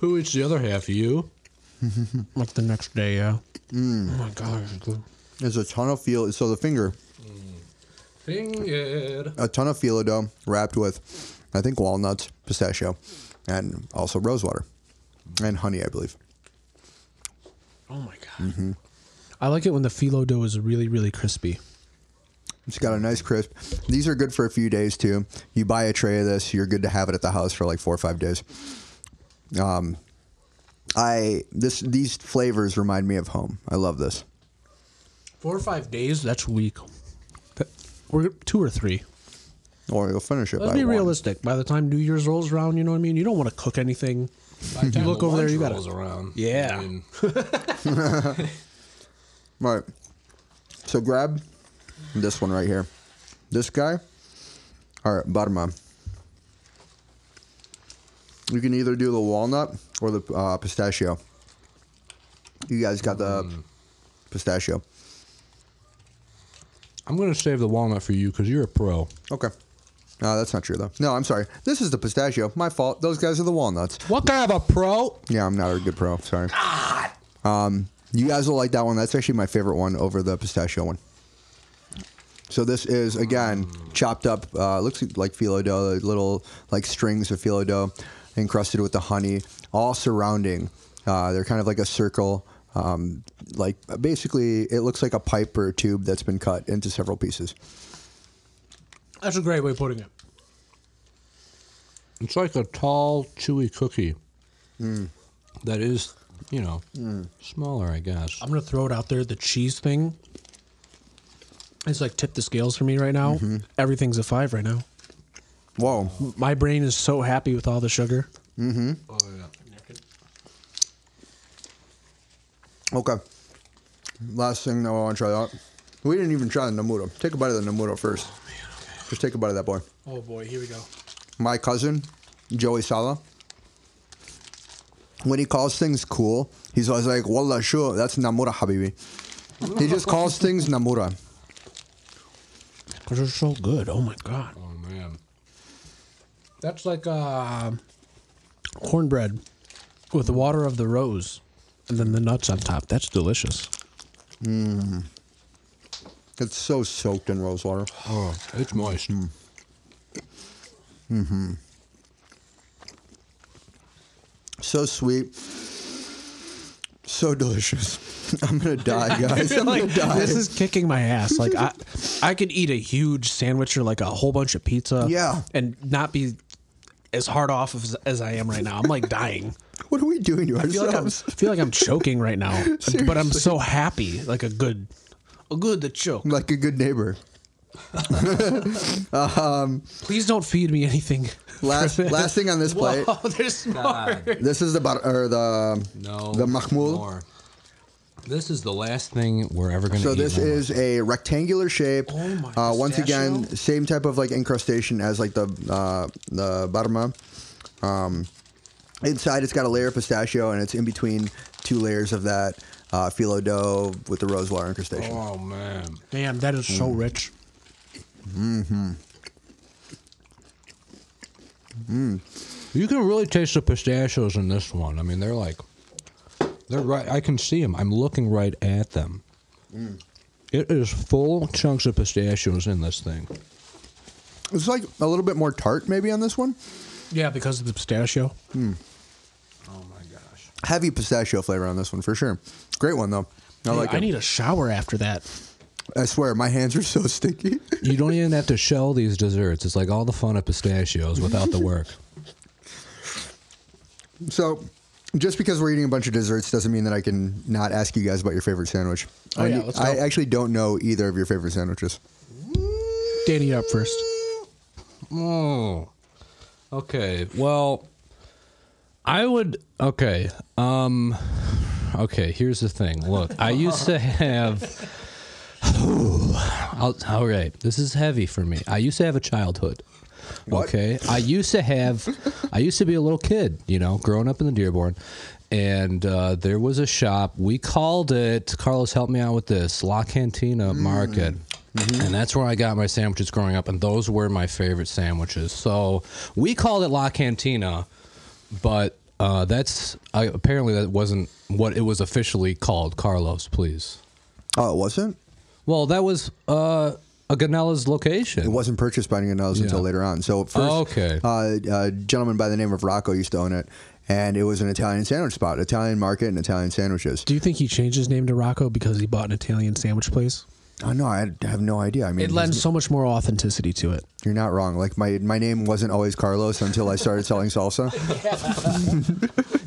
Speaker 3: who eats the other half? You?
Speaker 2: <laughs> Like the next day, yeah. Oh my god, it's good.
Speaker 1: There's a ton of feel. So the finger,
Speaker 3: Finger.
Speaker 1: a ton of phyllo dough wrapped with, I think walnuts, pistachio, and also rose water, and honey, I believe.
Speaker 2: Oh my god. I like it when the phyllo dough is really really crispy.
Speaker 1: It's got a nice crisp. These are good for a few days too. You buy a tray of this, you're good to have it at the house for like four or five days. Um, I this these flavors remind me of home. I love this.
Speaker 2: Four or five days. That's weak. That- We're two or three.
Speaker 1: Or you'll finish it.
Speaker 2: Let's
Speaker 1: by
Speaker 2: be
Speaker 1: one.
Speaker 2: realistic. By the time New Year's rolls around, you know what I mean. You don't want to cook anything. You look over there, you got
Speaker 3: rolls around.
Speaker 2: Yeah.
Speaker 3: I mean,
Speaker 1: All right. So grab this one right here. This guy. All right, bottom up. You can either do the walnut or the uh, pistachio. You guys got the pistachio.
Speaker 3: I'm gonna save the walnut for you because you're a pro.
Speaker 1: Okay. No, that's not true though. No, I'm sorry. This is the pistachio. My fault. Those guys are the walnuts.
Speaker 3: What kind of a pro?
Speaker 1: Yeah, I'm not a good pro. Sorry. Um, you guys will like that one. That's actually my favorite one over the pistachio one. So this is again chopped up. Uh, looks like phyllo dough, little like strings of phyllo dough, encrusted with the honey, all surrounding. Uh, they're kind of like a circle. Um, like basically, it looks like a pipe or a tube that's been cut into several pieces.
Speaker 2: That's a great way of putting it.
Speaker 3: It's like a tall, chewy cookie. That is, you know, smaller, I guess.
Speaker 2: I'm gonna throw it out there. The cheese thing. It's like tip the scales for me right now.
Speaker 1: Mm-hmm.
Speaker 2: Everything's a five right now.
Speaker 1: Whoa!
Speaker 2: My brain is so happy with all the sugar.
Speaker 3: Oh yeah.
Speaker 1: Okay. Last thing that I want to try out. We didn't even try the Namuro. Take a bite of the Namuro first. Just take a bite of that boy.
Speaker 2: Oh boy, here we go.
Speaker 1: My cousin, Joey Sala, when he calls things cool, he's always like, Wallah, sure, that's Namura, habibi. He just calls things Namura.
Speaker 2: Cause it's so good. Oh my god.
Speaker 3: Oh man.
Speaker 2: That's like uh, cornbread with the water of the rose, and then the nuts on top. That's delicious.
Speaker 1: It's so soaked in rose water.
Speaker 3: Oh, it's moist. <laughs>
Speaker 1: So sweet. So delicious. <laughs> I'm going to die,
Speaker 2: <laughs>
Speaker 1: guys. I'm going to die.
Speaker 2: This is kicking my ass. Like I, I could eat a huge sandwich or like a whole bunch of pizza.
Speaker 1: Yeah.
Speaker 2: and not be as hard off as, as I am right now. I'm like dying.
Speaker 1: what are we doing to
Speaker 2: I feel like I'm, I
Speaker 1: ourselves?
Speaker 2: feel like I'm choking right now, but I'm so happy, like a good, a good to choke.
Speaker 1: like a good neighbor. Um,
Speaker 2: Please don't feed
Speaker 1: <laughs>
Speaker 2: me anything.
Speaker 1: Last last thing on this plate.
Speaker 2: Oh, there's more.
Speaker 1: This is the bar- or the
Speaker 3: No.
Speaker 1: the mahmoul.
Speaker 3: more. This is the last thing we're ever gonna.
Speaker 1: So
Speaker 3: eat
Speaker 1: this
Speaker 3: in our
Speaker 1: is a rectangular shape.
Speaker 2: Oh my,
Speaker 1: uh, once
Speaker 2: pistachio?
Speaker 1: again, same type of like incrustation as like the uh, the barma. Um, inside, it's got a layer of pistachio, and it's in between two layers of that uh, phyllo dough with the rose water incrustation.
Speaker 3: Oh man.
Speaker 2: Damn, that is
Speaker 1: Hmm.
Speaker 2: so rich.
Speaker 3: You can really taste the pistachios in this one. I mean, they're like, they're right. I can see them. I'm looking right at them. It is full chunks of pistachios in this thing.
Speaker 1: It's like a little bit more tart maybe on this one.
Speaker 2: Yeah, because of the pistachio.
Speaker 3: Oh my gosh.
Speaker 1: Heavy pistachio flavor on this one for sure. Great one though. I
Speaker 2: Dude,
Speaker 1: like
Speaker 2: I
Speaker 1: it.
Speaker 2: need a shower after that.
Speaker 1: I swear, my hands are so sticky. <laughs>
Speaker 3: You don't even have to shell these desserts. It's like all the fun of pistachios without the work.
Speaker 1: So, just because we're eating a bunch of desserts doesn't mean that I can not ask you guys about your favorite sandwich.
Speaker 2: Oh,
Speaker 1: I,
Speaker 2: yeah, let's
Speaker 1: I
Speaker 2: go.
Speaker 1: actually don't know either of your favorite sandwiches.
Speaker 2: Danny up first.
Speaker 3: Oh. Okay. Well, I would. Okay. Um. Okay. Here's the thing. Look, I used to have. <sighs> I'll- all right. This is heavy for me. I used to have a childhood.
Speaker 1: What?
Speaker 3: Okay. I used to have. I used to be a little kid. You know, growing up in the Dearborn. And uh, there was a shop. We called it, Carlos, help me out with this La Cantina Market. And that's where I got my sandwiches growing up, and those were my favorite sandwiches. So we called it La Cantina, but uh, that's I, apparently that wasn't what it was officially called. Carlos, please.
Speaker 1: Oh, it wasn't?
Speaker 3: Well, that was uh, a Ganella's
Speaker 1: It
Speaker 3: location.
Speaker 1: wasn't purchased by anyone else until
Speaker 3: Yeah.
Speaker 1: later on. So, first,
Speaker 3: Oh, okay.
Speaker 1: uh, a gentleman by the name of Rocco used to own it, and it was an Italian sandwich spot, Italian market, and Italian sandwiches.
Speaker 2: Do you think he changed his name to Rocco because he bought an Italian sandwich place?
Speaker 1: Oh, no, I have no idea. I mean,
Speaker 2: It lends so much more authenticity to it.
Speaker 1: you're not wrong. Like, my, my name wasn't always Carlos until I started selling
Speaker 2: <laughs>
Speaker 1: salsa.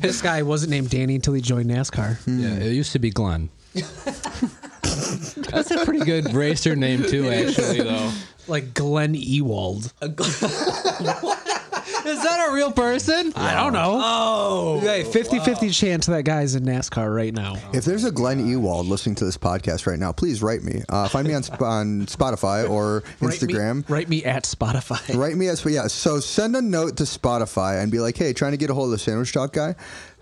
Speaker 2: <laughs> This guy wasn't named Danny until he joined NASCAR.
Speaker 3: Yeah, it used to be Glenn. <laughs> that's a pretty good racer name too, <laughs> actually. Though
Speaker 2: Like Glenn Ewald.
Speaker 3: is that a real person?
Speaker 2: I don't know. Oh. Hey, 50 50 chance that guy's in NASCAR right now.
Speaker 1: If there's a Glenn Ewald listening to this podcast right now, please write me. Uh, find me on, Sp- on Spotify or Instagram.
Speaker 2: Write me, write me at Spotify.
Speaker 1: Write me as yeah. So send a note to Spotify and be like, hey, trying to get a hold of the sandwich talk guy,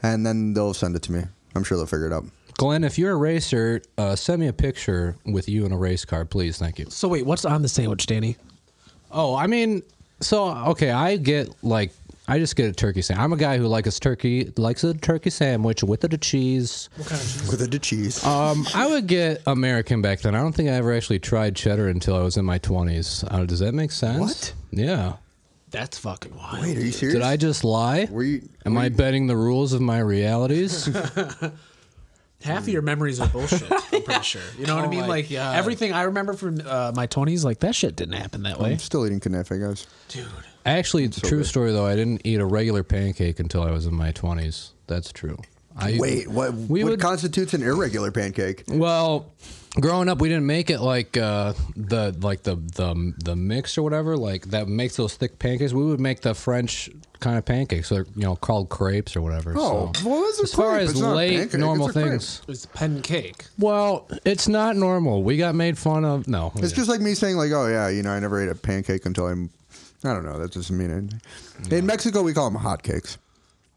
Speaker 1: and then they'll send it to me. I'm sure they'll figure it out.
Speaker 3: Glenn, if you're a racer, uh, send me a picture with you in a race car, please. Thank you.
Speaker 2: So wait, what's on the sandwich, Danny?
Speaker 3: Oh, I mean, so okay, I get like I just get a turkey sandwich. I'm a guy who likes turkey likes a turkey sandwich with the cheese.
Speaker 1: With a cheese.
Speaker 3: Um, I would get American back then. I don't think I ever actually tried cheddar until I was in my 20s. Uh, does that make sense?
Speaker 1: What?
Speaker 3: Yeah.
Speaker 2: That's fucking wild.
Speaker 1: Wait, are you serious?
Speaker 3: Did I just lie?
Speaker 1: Were you-
Speaker 3: Am I betting the rules of
Speaker 1: <laughs>
Speaker 3: my realities?
Speaker 2: Half of your memories are bullshit. I'm
Speaker 1: <laughs>
Speaker 2: pretty sure. You know what
Speaker 1: Oh
Speaker 2: I mean? Like everything I remember from uh, my 20s, like that shit didn't happen that way.
Speaker 1: I'm still eating Canefe, guys.
Speaker 3: actually, it's true story though. I didn't eat a regular pancake until I was in my 20s. That's true. I,
Speaker 1: Wait, what?
Speaker 3: We
Speaker 1: what
Speaker 3: would-
Speaker 1: constitutes an irregular pancake?
Speaker 3: Well, growing up, we didn't make it like uh, the like the, the the mix or whatever like that makes those thick pancakes. We would make the French kind of pancakes, they're you know called crepes or whatever.
Speaker 1: Oh,
Speaker 3: so.
Speaker 1: well, that's a
Speaker 3: as far
Speaker 1: crepe.
Speaker 3: as
Speaker 1: It's not a
Speaker 3: late
Speaker 1: pancake,
Speaker 3: normal
Speaker 1: it's a crepe.
Speaker 3: things.
Speaker 2: It's pen cake.
Speaker 3: Well, it's not normal. We got made fun of. No,
Speaker 1: It's just like me saying like, oh yeah, you know, I never ate a pancake until I'm. I don't know. That doesn't mean anything. In Mexico, we call them hotcakes.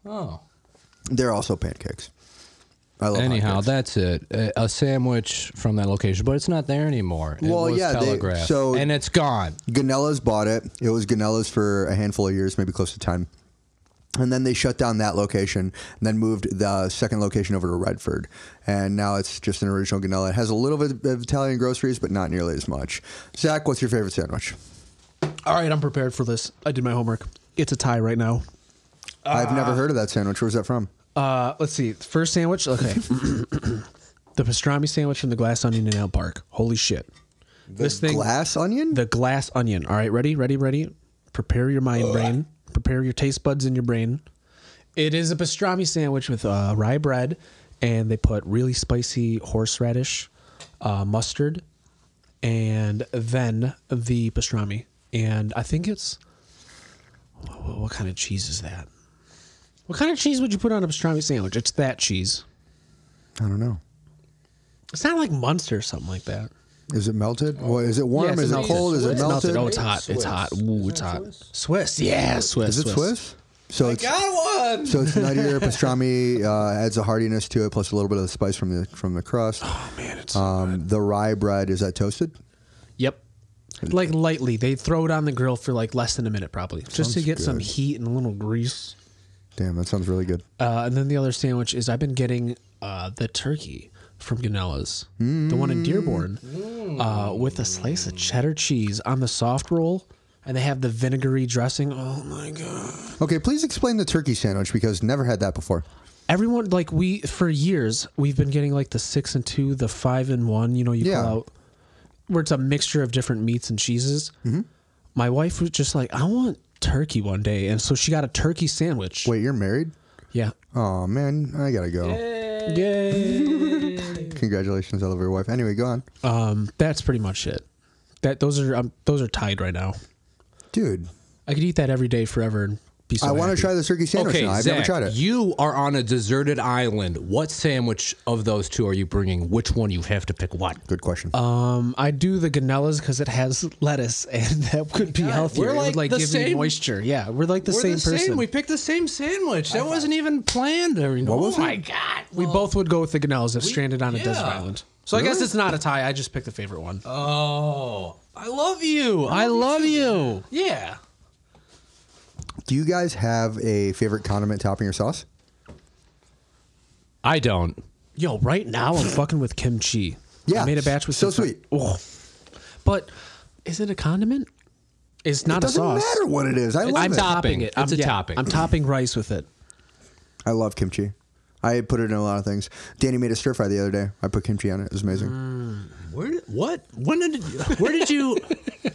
Speaker 3: oh.
Speaker 1: They're also pancakes. I love
Speaker 3: Anyhow,
Speaker 1: hotcakes.
Speaker 3: that's it. A a sandwich from that location, but it's not there anymore. It
Speaker 1: Well,
Speaker 3: was
Speaker 1: yeah, they-
Speaker 3: telegraphed,
Speaker 1: so-
Speaker 3: and it's gone.
Speaker 1: Ganella's bought it. It was Ganella's for a handful of years, maybe close to 10. And then they shut down that location and then moved the second location over to Redford. And now it's just an original Ganella. It has a little bit of Italian groceries, but not nearly as much. Zach, what's your favorite sandwich?
Speaker 2: All right, I'm prepared for this. I did my homework. It's a tie right now.
Speaker 1: I've never heard of that sandwich. Where's that from?
Speaker 2: Uh, let's see. First sandwich. Okay. the pastrami sandwich from the Glass Onion in Out Park. Holy shit. this thing.
Speaker 1: Glass onion?
Speaker 2: the glass onion. All right, ready, ready, ready. Prepare your mind, brain. Prepare your taste buds in your brain. It is a pastrami sandwich with uh, rye bread, and they put really spicy horseradish, uh, mustard, and then the pastrami. And I think it's wha- wha- what kind of cheese is that? What kind of cheese would you put on a pastrami sandwich? It's that cheese.
Speaker 1: I don't know.
Speaker 2: It's not like Munster or something like that.
Speaker 1: Is it melted? What, is it warm?
Speaker 2: Yeah, it's
Speaker 1: is it
Speaker 2: melted.
Speaker 1: cold? Is it
Speaker 3: Oh,
Speaker 2: It's
Speaker 1: melted?
Speaker 2: Oh, it's hot. It's hot. Ooh, it's hot. Swiss. Yeah, Swiss.
Speaker 1: Is it Swiss? So it's
Speaker 3: Got one.
Speaker 1: so it's
Speaker 3: <laughs>
Speaker 1: nuttier pastrami uh, adds a hardiness to it, plus a little bit of the spice from the from the crust.
Speaker 2: Oh man, it's
Speaker 1: Um, the rye bread is that toasted?
Speaker 2: yep. Like lightly, they throw it on the grill for like less than a minute, probably, just to get some heat and a little grease.
Speaker 1: Damn, that sounds really good.
Speaker 2: Uh, and then the other sandwich is I've been getting uh, the turkey from Ganella's, the one in Dearborn, uh, with a slice of cheddar cheese on the soft roll, and they have the vinegary dressing. Oh my god!
Speaker 1: Okay, please explain the turkey sandwich because never had that before.
Speaker 2: Everyone like we for years we've been getting like the six and two, the five and one. You know, you
Speaker 1: Yeah.
Speaker 2: pull out where it's a mixture of different meats and cheeses.
Speaker 1: Mm-hmm.
Speaker 2: My wife was just like, I want turkey one day, and so she got a turkey sandwich.
Speaker 1: Wait, you're married?
Speaker 2: Yeah.
Speaker 1: Oh man, I gotta go. Congratulations, I love your wife. Anyway, go on,
Speaker 2: Um, that's pretty much it. That those are um, those are tied right now.
Speaker 1: dude.
Speaker 2: I could eat that every day forever and be so
Speaker 1: I want to try the turkey sandwich
Speaker 3: Okay,
Speaker 1: now. I've
Speaker 3: Zach,
Speaker 1: never tried it.
Speaker 3: you are on a deserted island. What sandwich of those two are you bringing? Which one you have to pick? What?
Speaker 1: Good question.
Speaker 2: Um, I do the Ganellas because it has lettuce, <laughs> and that could be healthier.
Speaker 3: we're
Speaker 2: It would,
Speaker 3: like
Speaker 2: like
Speaker 3: the
Speaker 2: give me
Speaker 3: same-
Speaker 2: moisture. Yeah, we're like the
Speaker 3: We're
Speaker 2: same
Speaker 3: the
Speaker 2: person.
Speaker 3: same. We picked the same sandwich. That wasn't even planned. Or, what
Speaker 1: was
Speaker 3: oh
Speaker 1: it?
Speaker 3: my god.
Speaker 2: We both would go with the Ganellas if stranded on a desert
Speaker 3: yeah.
Speaker 2: island. So I guess it's not a tie. I just picked the favorite one.
Speaker 3: Oh, I love you. I love you.
Speaker 2: yeah.
Speaker 1: Do you guys have a favorite condiment topping or sauce?
Speaker 3: I don't.
Speaker 2: Yo, right now I'm fucking with kimchi.
Speaker 1: Yeah,
Speaker 2: I made a batch with
Speaker 1: so
Speaker 2: some-
Speaker 1: sweet.
Speaker 2: Oh. But is it a condiment? It's not a
Speaker 1: Doesn't
Speaker 2: sauce.
Speaker 1: matter what it is. I love
Speaker 2: I'm
Speaker 1: it.
Speaker 2: topping
Speaker 3: Topping.
Speaker 2: it.
Speaker 3: It's
Speaker 2: I'm,
Speaker 3: a topping.
Speaker 2: I'm topping rice with it.
Speaker 1: I love kimchi. I put it in a lot of things. Danny made a stir fry the other day. I put kimchi on it. It was amazing.
Speaker 3: Where? What? When did? Where did you?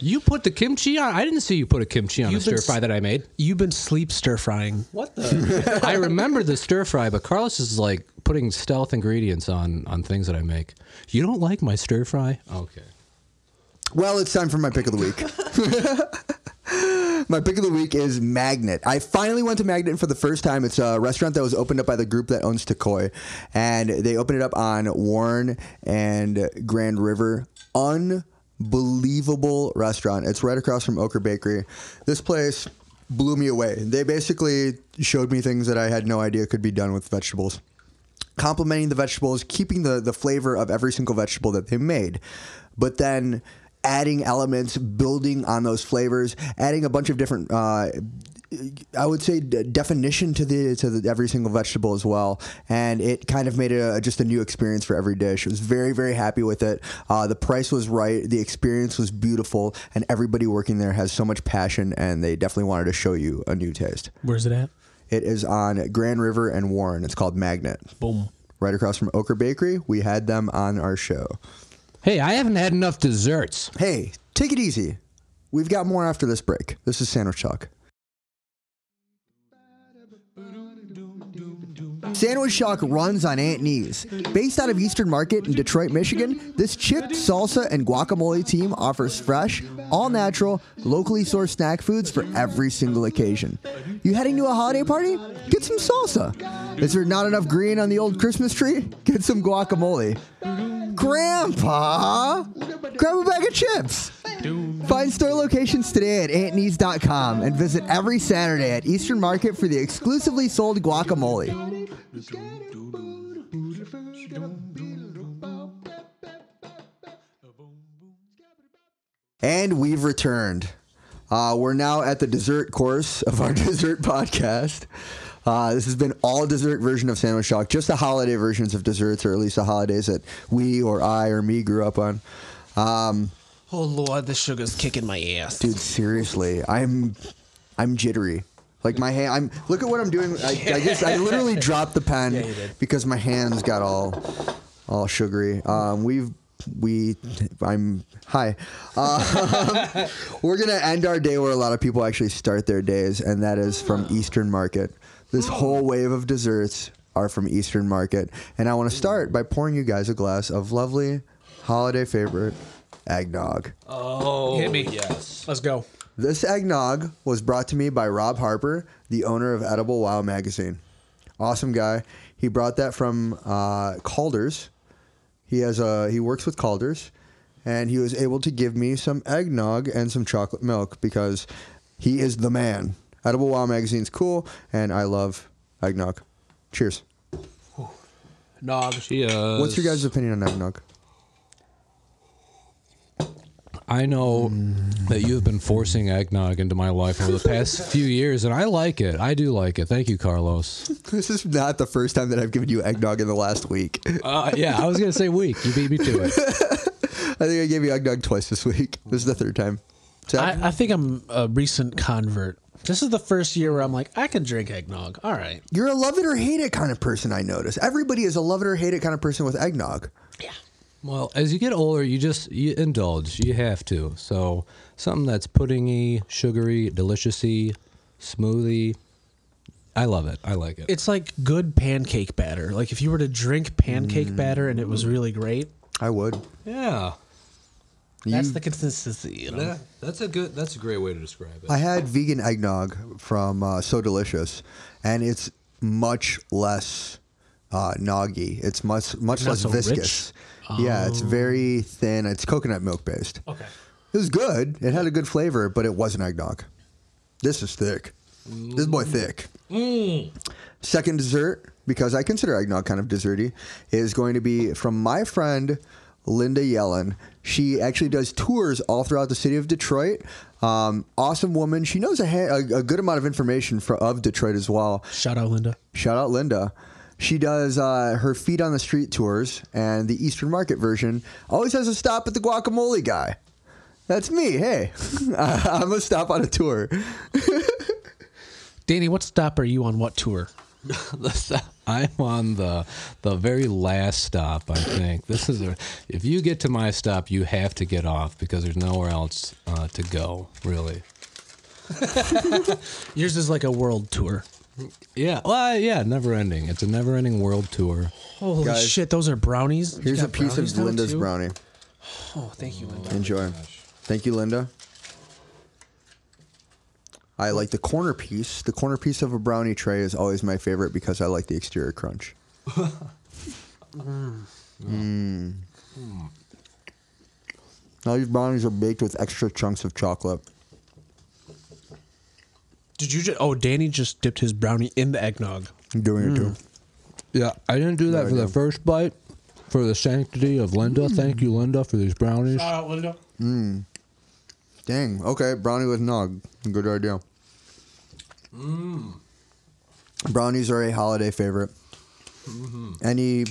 Speaker 3: you put the kimchi on? I didn't see you put a kimchi on
Speaker 2: You've
Speaker 3: a
Speaker 2: been
Speaker 3: stir fry
Speaker 2: s-
Speaker 3: that I made.
Speaker 2: You've been sleep stir frying.
Speaker 3: What the? I remember the stir fry, but Carlos is like putting stealth ingredients on on things that I make. You don't like my stir fry? Okay.
Speaker 1: Well, it's time for my pick of the week. <laughs> my pick of the week is Magnet. I finally went to Magnet for the first time. It's a restaurant that was opened up by the group that owns Takoy, and they opened it up on Warren and Grand River. Unbelievable restaurant. It's right across from Oker Bakery. This place blew me away. They basically showed me things that I had no idea could be done with vegetables complementing the vegetables, keeping the, the flavor of every single vegetable that they made, but then adding elements, building on those flavors, adding a bunch of different. Uh, I would say d- definition to the to the, every single vegetable as well, and it kind of made it a, just a new experience for every dish. I was very very happy with it. Uh, the price was right, the experience was beautiful, and everybody working there has so much passion, and they definitely wanted to show you a new taste.
Speaker 2: Where's it at?
Speaker 1: It is on Grand River and Warren. It's called Magnet
Speaker 2: Boom.
Speaker 1: right across from Oker Bakery. We had them on our show.
Speaker 3: Hey, I haven't had enough desserts.
Speaker 1: Hey, take it easy. We've got more after this break. This is Sandwich Talk. Sandwich Shock runs on Aunt Knees. Based out of Eastern Market in Detroit, Michigan, this chip, salsa, and guacamole team offers fresh, all natural, locally sourced snack foods for every single occasion. You heading to a holiday party? Get some salsa. Is there not enough green on the old Christmas tree? Get some guacamole. Grandpa, grab a bag of chips. Find store locations today at antnees.com and visit every Saturday at Eastern Market for the exclusively sold guacamole. And we've returned. Uh, we're now at the dessert course of our <laughs> dessert podcast. Uh, this has been all dessert version of Sandwich Shock, just the holiday versions of desserts, or at least the holidays that we or I or me grew up on. Um,
Speaker 2: Oh lord, the sugar's kicking my ass.
Speaker 1: dude, seriously, I'm I'm jittery. Like my hand, I'm look at what I'm doing. I, I just I literally dropped the pen because my hands got all all sugary. Um, we've we I'm hi. Um, <laughs> we're gonna end our day where a lot of people actually start their days, and that is from Eastern Market. This whole wave of desserts are from Eastern Market, and I want to start by pouring you guys a glass of lovely holiday favorite eggnog.
Speaker 3: Oh,
Speaker 2: Hit me. Yes. Let's go.
Speaker 1: This eggnog was brought to me by Rob Harper, the owner of Edible Wow magazine. Awesome guy. He brought that from uh, Calder's. He has a he works with Calder's, and he was able to give me some eggnog and some chocolate milk because he is the man. Edible Wow magazine's cool, and I love eggnog. Cheers.
Speaker 2: Nog.
Speaker 3: Cheers.
Speaker 1: What's your guys' opinion on eggnog?
Speaker 3: I know that you've been forcing eggnog into my life over the past few years, and I like it. I do like it. Thank you, Carlos.
Speaker 1: <laughs> This is not the first time that I've given you eggnog in the last week. <laughs>
Speaker 3: Uh, yeah, I was gonna say week. You beat me to it.
Speaker 1: I think I gave you eggnog twice this week. This is the third time. Zach?
Speaker 2: I, I think I'm a recent convert. This is the first year where I'm like, I can drink eggnog. All right.
Speaker 1: You're a love it or hate it kind of person, I notice. Everybody is a love it or hate it kind of person with eggnog.
Speaker 3: Well, as you get older, you just you indulge. You have to. So something that's puddingy, sugary, deliciousy, smoothie. I love it. I like it.
Speaker 2: It's like good pancake batter. Like if you were to drink
Speaker 1: Mm.
Speaker 2: pancake batter and it was really great,
Speaker 1: I would.
Speaker 3: yeah.
Speaker 2: that's the consistency. You know?
Speaker 3: That's a good. That's a great way to describe <laughs> it.
Speaker 1: I had vegan eggnog from uh, So Delicious, and it's much less uh, noggy. It's much much
Speaker 2: Not
Speaker 1: less
Speaker 2: so
Speaker 1: viscous. Yeah, it's very thin. It's coconut milk based.
Speaker 2: Okay.
Speaker 1: It was good. It had a good flavor, but it wasn't eggnog. This is thick. This boy thick. Second dessert, because I consider eggnog kind of desserty, is going to be from my friend Linda Yellen. She actually does tours all throughout the city of Detroit. Um, awesome woman. She knows a, ha- a, a good amount of information for, of Detroit as well.
Speaker 2: Shout out, Linda.
Speaker 1: Shout out Linda. She does uh, her feet on the street tours and the Eastern Market version. Always has a stop at the guacamole guy. That's me. Hey, <laughs> I'm a stop on a tour.
Speaker 2: Danny, what stop are you on? What tour?
Speaker 3: I'm on the the very last stop. I think this is a. If you get to my stop, you have to get off because there's nowhere else uh, to go. Really.
Speaker 2: Yours is like a world tour.
Speaker 3: Yeah. Well, yeah. Never ending. It's a never ending world tour.
Speaker 2: Holy
Speaker 1: Guys,
Speaker 2: shit, those are brownies. You
Speaker 1: Here's a
Speaker 2: got
Speaker 1: piece
Speaker 2: brownies
Speaker 1: of
Speaker 2: now,
Speaker 1: Linda's
Speaker 2: too?
Speaker 1: brownie.
Speaker 2: Oh, thank you, Linda.
Speaker 1: Enjoy. Thank you, Linda. I like the corner piece. The corner piece of a brownie tray is always my favorite because I like the exterior
Speaker 2: <laughs>
Speaker 1: crunch.
Speaker 2: Mm.
Speaker 1: mm. Now these Mm. brownies are baked with extra chunks of chocolate.
Speaker 2: Did you just? Oh, Danny just dipped his brownie in the eggnog.
Speaker 1: I'm
Speaker 2: Mm.
Speaker 1: doing it too.
Speaker 3: Yeah, I didn't do that
Speaker 1: There
Speaker 3: for
Speaker 1: we
Speaker 3: the
Speaker 1: go. Mm.
Speaker 3: first bite. For the sanctity of Linda, thank you, Linda, for these brownies.
Speaker 2: out, Linda.
Speaker 1: Dang. Okay, brownie with nog. Good idea. Brownies are a holiday favorite. Any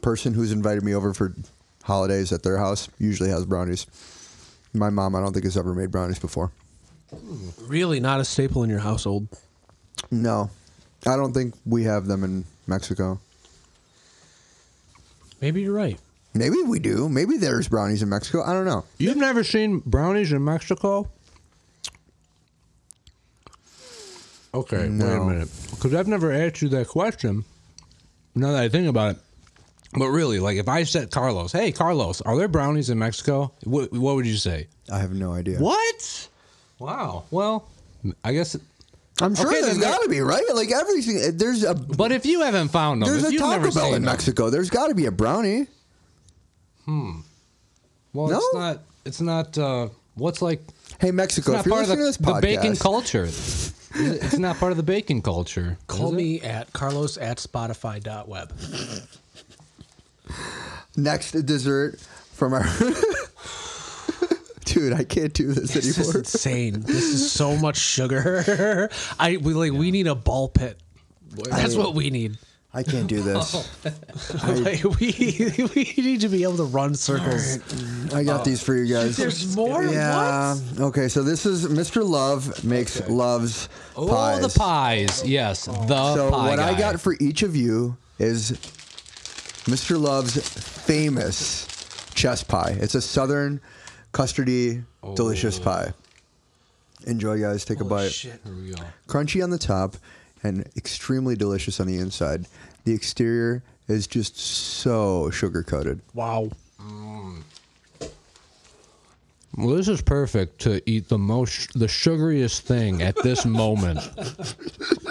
Speaker 1: person who's invited me over for holidays at their house usually has brownies. My mom, I don't think has ever made brownies before.
Speaker 2: Really, not a staple in your household.
Speaker 1: No, I don't think we have them in Mexico.
Speaker 2: Maybe you're right.
Speaker 1: Maybe we do. Maybe there's brownies in Mexico. I don't know.
Speaker 3: You've never seen brownies in Mexico? Okay, wait a
Speaker 1: No.
Speaker 3: minute. Because I've never asked you that question. Now that I think about it, but really, like if I said Carlos, hey Carlos, are there brownies in Mexico? What, what would you say?
Speaker 1: I have no idea.
Speaker 4: What?
Speaker 3: Wow. Well, I guess.
Speaker 1: I'm sure
Speaker 3: Okay,
Speaker 1: there's
Speaker 3: then there-
Speaker 1: got to be right. Like everything. There's a
Speaker 3: But if you haven't found them,
Speaker 1: there's
Speaker 3: if
Speaker 1: a
Speaker 3: you've never
Speaker 1: Taco Bell
Speaker 3: seen
Speaker 1: in
Speaker 3: them-
Speaker 1: Mexico. There's got to be a brownie.
Speaker 3: Well, it's
Speaker 1: No?
Speaker 3: not. It's not. Uh, what's like
Speaker 1: Hey Mexico, if
Speaker 3: It's
Speaker 1: you're
Speaker 3: not part
Speaker 1: listening
Speaker 3: of the,
Speaker 1: to this
Speaker 3: the
Speaker 1: podcast,
Speaker 3: bacon culture. It's not part of the bacon culture.
Speaker 2: Call
Speaker 3: is it?
Speaker 2: me at carlos at spotify.web.
Speaker 1: next dessert from our. <laughs> Dude, I can't do this
Speaker 2: This is
Speaker 1: anymore. <laughs>
Speaker 2: insane. This is so much sugar. <laughs> I we like we need a ball pit. That's what we need.
Speaker 1: I can't do this.
Speaker 3: Oh.
Speaker 2: <laughs> Like, we <laughs> we need to be able to run circles.
Speaker 1: I got these for you guys.
Speaker 2: There's more.
Speaker 1: yeah. Okay, so this is Mr. Love makes loves
Speaker 3: Oh,
Speaker 1: pies.
Speaker 3: the pies. Yes, the
Speaker 1: So
Speaker 3: pie
Speaker 1: what I
Speaker 3: guy.
Speaker 1: got for each of you is Mr. Love's famous chess pie. It's a southern custardy delicious
Speaker 3: Oh.
Speaker 1: pie. Enjoy guys, take a bite.
Speaker 2: Shit.
Speaker 3: Here we go.
Speaker 1: crunchy on the top and extremely delicious on the inside. The exterior is just so sugar coated.
Speaker 2: Wow.
Speaker 3: Well, this is perfect to eat the most, the sugariest thing at
Speaker 1: <laughs>
Speaker 3: this moment.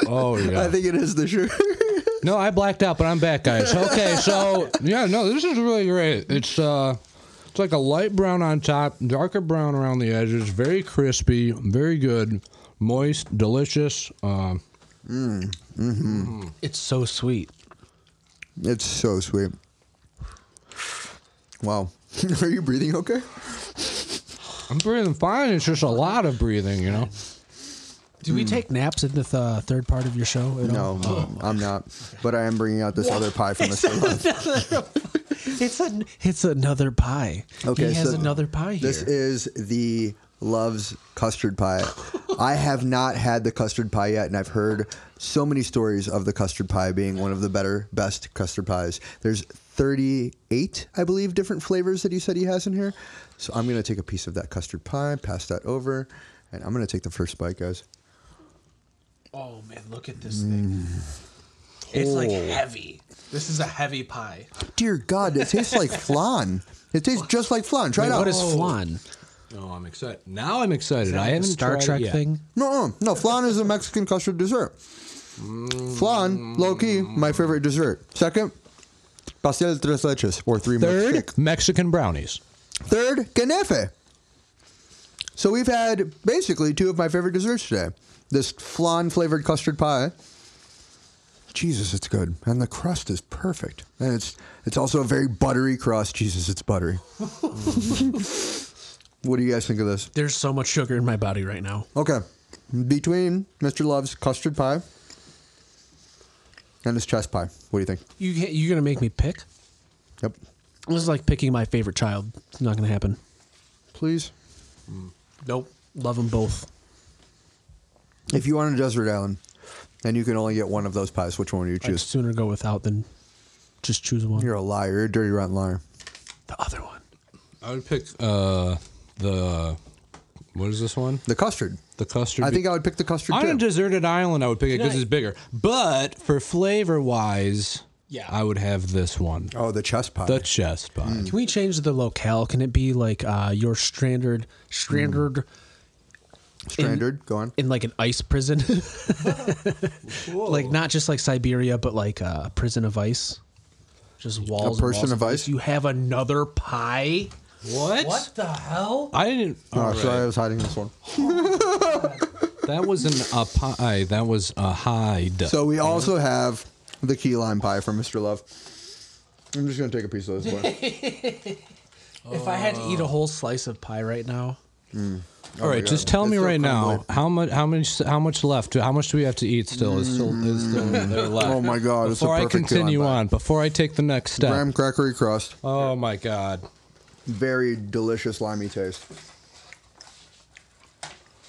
Speaker 3: oh yeah.
Speaker 1: I think it is the sugar. <laughs>
Speaker 3: no, I blacked out, but I'm back, guys. Okay, so yeah, no, this is really great. It's uh, it's like a light brown on top, darker brown around the edges. Very crispy, very good. moist, delicious. Um,
Speaker 2: It's so sweet.
Speaker 1: It's so sweet. Wow. <laughs> Are you breathing okay?
Speaker 3: I'm breathing fine. It's just a lot of breathing, you know.
Speaker 2: Do we take naps in the th- uh, third part of your show? At all?
Speaker 1: Hmm. No, I'm not. But I am bringing out this other pie from the store.
Speaker 2: <laughs> It's a it's another pie.
Speaker 1: Okay,
Speaker 2: he has
Speaker 1: so
Speaker 2: another pie here.
Speaker 1: This is the Love's custard pie. I have not had the custard pie yet, and I've heard so many stories of the custard pie being one of the better, best custard pies. There's 38, I believe, different flavors that he said he has in here. So I'm going to take a piece of that custard pie, pass that over, and I'm going to take the first bite, guys.
Speaker 2: oh man, look at this thing. It's like heavy. This is a heavy pie.
Speaker 1: Dear God, it tastes like flan. It tastes just like flan. Try
Speaker 2: Wait,
Speaker 1: it out.
Speaker 2: what is flan?
Speaker 3: No, I'm excited. Now I'm excited. I haven't
Speaker 2: Star
Speaker 3: tried it
Speaker 2: Trek
Speaker 3: yet.
Speaker 2: thing.
Speaker 1: No, uh, no, no. Flan is a Mexican custard dessert. Flan, low key, my favorite dessert. Second, pastel de tres leches, or three
Speaker 3: Third,
Speaker 1: milkshake.
Speaker 3: Mexican brownies.
Speaker 1: Third, canefe. So we've had basically two of my favorite desserts today. This flan flavored custard pie. Jesus, it's good, and the crust is perfect, and it's it's also a very buttery crust. Jesus, it's buttery. <laughs> what do you guys think of this?
Speaker 2: There's so much sugar in my body right now.
Speaker 1: Okay. Between Mr. Love's custard pie and his chest pie. What do you think?
Speaker 2: You can't, you're gonna make me pick.
Speaker 1: Yep.
Speaker 2: This is like picking my favorite child. It's not gonna happen.
Speaker 1: Please.
Speaker 2: Nope. Love them both.
Speaker 1: If you want a desert island and you can only get one of those pies, which one would you
Speaker 2: I'd
Speaker 1: choose?
Speaker 2: sooner go without than just choose one.
Speaker 1: You're a liar. You're a dirty rotten liar.
Speaker 2: the other one.
Speaker 3: I would pick uh, the what is this one?
Speaker 1: The custard.
Speaker 3: The custard.
Speaker 1: I think I would pick the custard
Speaker 3: on a
Speaker 1: too.
Speaker 3: deserted island. I would pick it because
Speaker 2: I-
Speaker 3: it's bigger. But for flavor wise,
Speaker 2: Yeah.
Speaker 3: I would have this one.
Speaker 1: oh, the chest pie.
Speaker 3: The chest pie.
Speaker 1: Mm.
Speaker 2: Can we change the locale? Can it be like uh, you're stranded, stranded
Speaker 1: Hmm. Stranded. go on.
Speaker 2: in like an ice prison, <laughs> like not just like Siberia, but like a prison of ice, just walls. and
Speaker 1: person
Speaker 2: walls
Speaker 1: of ice?
Speaker 2: You have another pie.
Speaker 3: What?
Speaker 2: the hell?
Speaker 3: I didn't.
Speaker 1: Oh,
Speaker 3: All
Speaker 1: sorry. I was hiding this one.
Speaker 3: right. That wasn't a pie. That was a hide.
Speaker 1: So we also have the key lime pie from Mr. Love. I'm just going to take a piece of
Speaker 3: <laughs>
Speaker 1: this one.
Speaker 2: If I had to eat a whole slice of pie right now,
Speaker 3: All right,
Speaker 1: Oh God.
Speaker 3: just tell me
Speaker 1: It's so
Speaker 3: right now
Speaker 1: crumbly.
Speaker 3: how much, how much, how much left? How much do we have to eat still? Is still, is still there left?
Speaker 1: Oh my God, it's a
Speaker 3: Before I
Speaker 1: perfect
Speaker 3: continue
Speaker 1: line back.
Speaker 3: on, before I take the next step.
Speaker 1: Graham crackery crust.
Speaker 3: oh my God!
Speaker 1: Very delicious limey taste.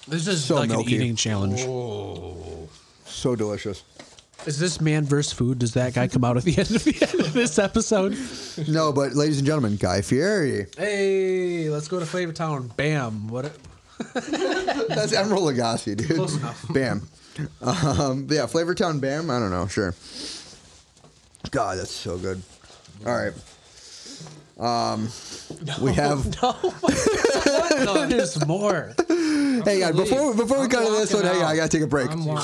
Speaker 2: this is
Speaker 1: So
Speaker 2: like
Speaker 1: milky.
Speaker 2: an eating challenge.
Speaker 1: So delicious. <laughs>
Speaker 2: Is this man versus food? Does that guy come out at the end of, the <laughs> end of this episode?
Speaker 1: No, but ladies and gentlemen, Guy Fieri.
Speaker 2: Hey, let's go to Flavor Town. Bam! What? <laughs> A-
Speaker 1: That's Emerald Lagasse, dude.
Speaker 2: Close enough.
Speaker 1: <laughs> Bam. Um, yeah, Flavortown Bam. I don't know. Sure. God, that's so good. All right. Um, we
Speaker 3: <laughs>
Speaker 1: have.
Speaker 2: no, there's more.
Speaker 1: Hey, guys, before before we
Speaker 3: I'm
Speaker 1: cut to this one,
Speaker 3: walking
Speaker 1: hey,
Speaker 3: out.
Speaker 1: I gotta take a break.
Speaker 3: I'm wa-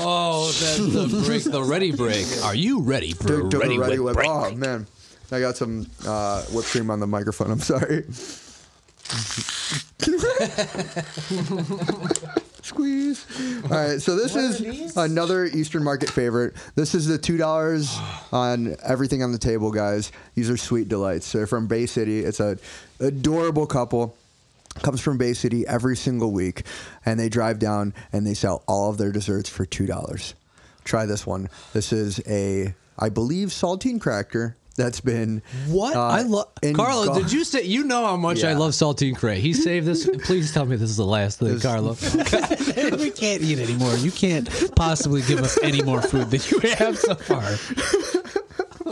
Speaker 3: oh, that's the break, the ready break. Are you ready for
Speaker 1: Took-
Speaker 3: a
Speaker 1: took a
Speaker 3: ready,
Speaker 1: ready whip.
Speaker 3: whip break?
Speaker 1: Oh man, I got some uh, whipped cream on the microphone. I'm
Speaker 3: <laughs>
Speaker 1: sorry. Squeeze. All right, so this is another Eastern Market favorite. This is the two
Speaker 3: <sighs>
Speaker 1: dollars on everything on the table, guys. These are sweet delights. So they're from Bay City. It's a adorable couple. Comes from Bay City every single week, and they drive down and they sell all of their desserts for two dollars try this one. This is a, I believe, saltine cracker that's been
Speaker 3: What?
Speaker 1: uh,
Speaker 3: I love
Speaker 1: in
Speaker 3: Carlo.
Speaker 1: Gar-
Speaker 3: did you say you know how much I
Speaker 1: Yeah.
Speaker 3: love saltine cray? He saved <laughs> this. Please tell me this is the last thing,
Speaker 1: This-
Speaker 3: Carlo.
Speaker 2: <laughs>
Speaker 3: <laughs>
Speaker 2: we can't eat anymore. You can't possibly give us any more food than you have so
Speaker 3: <laughs>
Speaker 2: far.
Speaker 1: <laughs>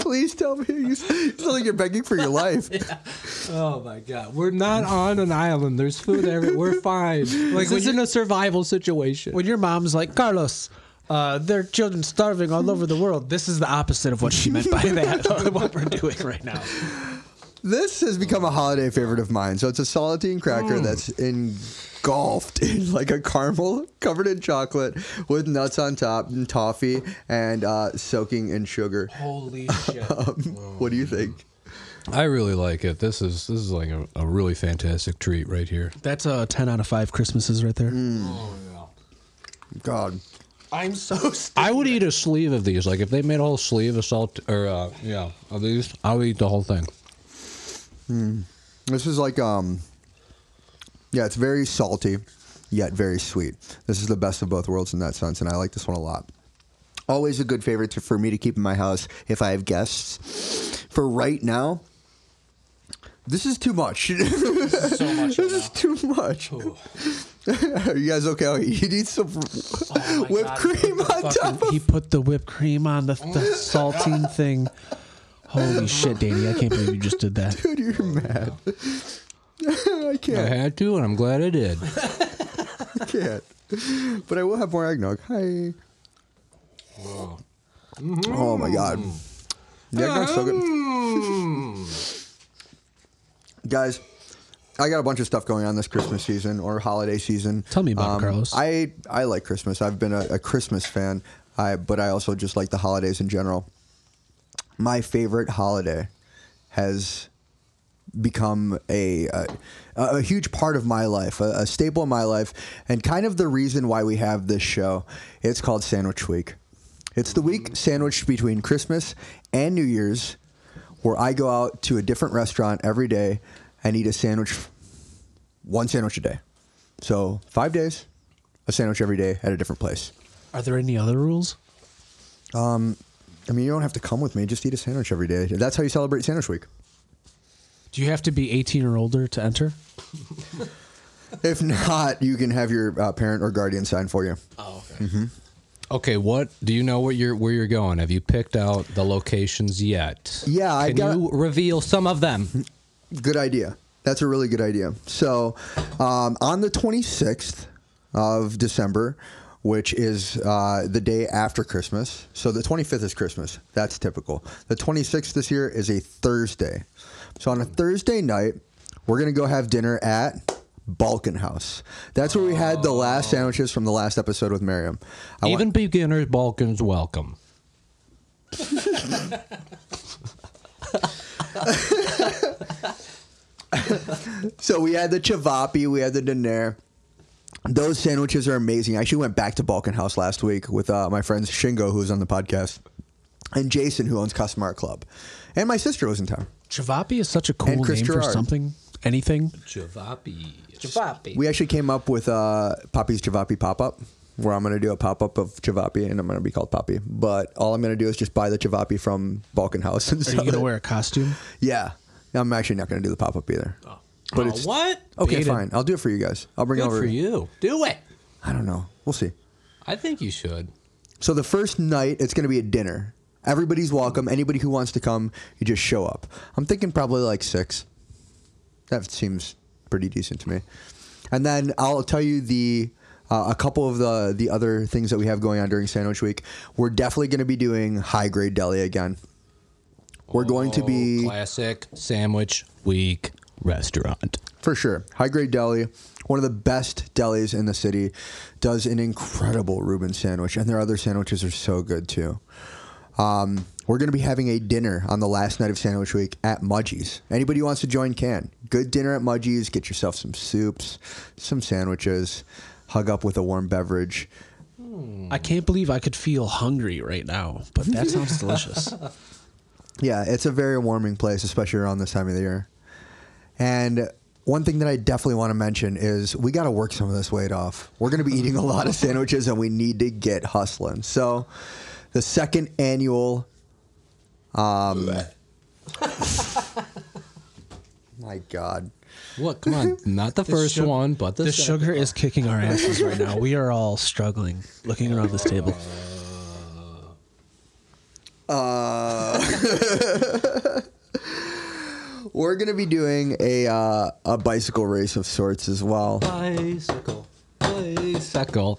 Speaker 1: Please tell me. You <laughs> s- you sound like you're begging for your life.
Speaker 3: Oh my god, we're not on an island. There's food everywhere. <laughs> We're fine. Like this isn't a survival situation.
Speaker 2: When your mom's like, Carlos, uh, there are children starving all over the world. This is the opposite of what she meant by that. <laughs> what we're doing right now.
Speaker 1: This has become a holiday favorite of mine. So it's a saltine cracker that's engulfed <laughs> in like a caramel covered in chocolate with nuts on top and toffee and uh, soaking in sugar. <laughs> Um,
Speaker 2: Holy shit!
Speaker 1: What do you think?
Speaker 3: <laughs> I really like it. This is this is like a, a really fantastic treat right here.
Speaker 2: Mm. That's a ten out of five Christmases right there.
Speaker 1: God.
Speaker 2: I'm so. St-
Speaker 3: I would eat a sleeve of these. Like if they made a whole sleeve of salt or uh, yeah of these, I would eat the whole thing.
Speaker 1: This is like um yeah, it's very salty yet very sweet. This is the best of both worlds in that sense and I like this one a lot. Always a good favorite to, for me to keep in my house if I have guests. For right now, this is too much. <laughs> this
Speaker 2: so much. right
Speaker 1: is too much. Are <laughs> you guys okay? Oh, You need some
Speaker 2: Oh my
Speaker 1: whipped
Speaker 2: God,
Speaker 1: cream
Speaker 2: now.
Speaker 1: on top
Speaker 2: Fucking-
Speaker 1: of
Speaker 2: he put the whipped cream on the, the saltine thing. Holy shit, Danny! I can't believe you just did that.
Speaker 1: it. You're mad. <laughs> I
Speaker 3: I
Speaker 1: can't.
Speaker 3: had to, and I'm glad I did.
Speaker 1: I can't. But I will have more eggnog. Hi. Oh my god. The eggnog's so good. Guys, I got a bunch of stuff going on this Christmas season or holiday season. Um,
Speaker 2: Tell me about it, Carlos.
Speaker 1: I I like Christmas. I've been a, a Christmas fan, I, but I also just like the holidays in general. My favorite holiday has become a a, a huge part of my life, a, a staple in my life, and kind of the reason why we have this show. It's called Sandwich Week. It's the week sandwiched between Christmas and New Year's, where I go out to a different restaurant every day and eat a sandwich, one sandwich a day. So five days, a sandwich every day at a different place.
Speaker 2: Are there any other rules?
Speaker 1: I mean, you don't have to come with me. Just eat a sandwich every day. That's how you celebrate Sandwich Week.
Speaker 2: Do you have to be 18 or older to enter?
Speaker 1: If not, you can have your uh, parent or guardian sign for you.
Speaker 2: Oh, okay.
Speaker 3: Mm-hmm. Okay, what do you know? What you're where you're going? Have you picked out the locations yet?
Speaker 1: Yeah, I
Speaker 3: Can
Speaker 1: got-
Speaker 3: you reveal some of them?
Speaker 1: Good idea. That's a really good idea. So, um, on the 26th of December, which is uh, the day after Christmas, so the 25th is Christmas. That's typical. The 26th this year is a Thursday. So, on a Thursday night, we're going to go have dinner at Balkan House. That's where we had the last sandwiches from the last episode with Miriam. I
Speaker 3: Even beginners Balkans welcome.
Speaker 1: So we had the chivapi, we had the donair. Those sandwiches are amazing. I actually went back to Balkan House last week with uh, my friends Shingo, who was on the podcast, and Jason, who owns Custom Art Club, and my sister was in town.
Speaker 2: Chavapi is such a cool
Speaker 1: And
Speaker 2: name
Speaker 1: Chris
Speaker 2: for
Speaker 1: Gerard.
Speaker 2: something, anything.
Speaker 3: Javapi.
Speaker 1: We actually came up with uh, Poppy's Chivapi pop up, where I'm going to do a pop up of chivapi, and I'm going to be called Poppy. But all I'm going to do is just buy the chivapi from Balkan House. And <laughs>
Speaker 2: Are
Speaker 1: sell
Speaker 2: you gonna
Speaker 1: it.
Speaker 2: wear a costume?
Speaker 1: Yeah, I'm actually not going to do the pop up either.
Speaker 2: Oh.
Speaker 3: Oh.
Speaker 1: But it's
Speaker 3: what?
Speaker 1: okay.
Speaker 3: Beat it.
Speaker 1: Fine, I'll do it for you guys. I'll bring
Speaker 3: Good
Speaker 1: over.
Speaker 3: for you. Do it.
Speaker 1: I don't know. We'll see.
Speaker 3: I think you should.
Speaker 1: So the first night, it's going to be a dinner. Everybody's welcome. Anybody who wants to come, you just show up. I'm thinking probably like six. That seems pretty decent to me. And then I'll tell you the uh, a couple of the the other things that we have going on during Sandwich Week. We're definitely going to be doing high grade deli again. We're going to
Speaker 3: Oh,
Speaker 1: be
Speaker 3: classic sandwich week restaurant.
Speaker 1: For sure. High Grade Deli, one of the best delis in the city, does an incredible Reuben sandwich, and their other sandwiches are so good too. Um, we're going to be having a dinner on the last night of Sandwich Week at Mudgee's. Anybody who wants to join can. Good dinner at Mudgee's. Get yourself some soups, some sandwiches, hug up with a warm beverage.
Speaker 2: I can't believe I could feel hungry right now,
Speaker 1: <laughs>
Speaker 2: but that sounds delicious.
Speaker 1: Yeah, it's a very warming place, especially around this time of the year. And one thing that I definitely want to mention is we got to work some of this weight off. We're going to be eating a lot of sandwiches and we need to get hustling. So, the second annual. Um, <laughs> my God.
Speaker 3: What? Come
Speaker 1: <laughs>
Speaker 3: on. Not <laughs> the first
Speaker 2: sug-
Speaker 3: one, but the,
Speaker 2: The
Speaker 3: second.
Speaker 2: sugar is kicking
Speaker 3: <laughs>
Speaker 2: our asses right now. We are all struggling looking around this table.
Speaker 1: We're going to be doing a, uh, a bicycle race of sorts as well.
Speaker 3: Bicycle. Bicycle.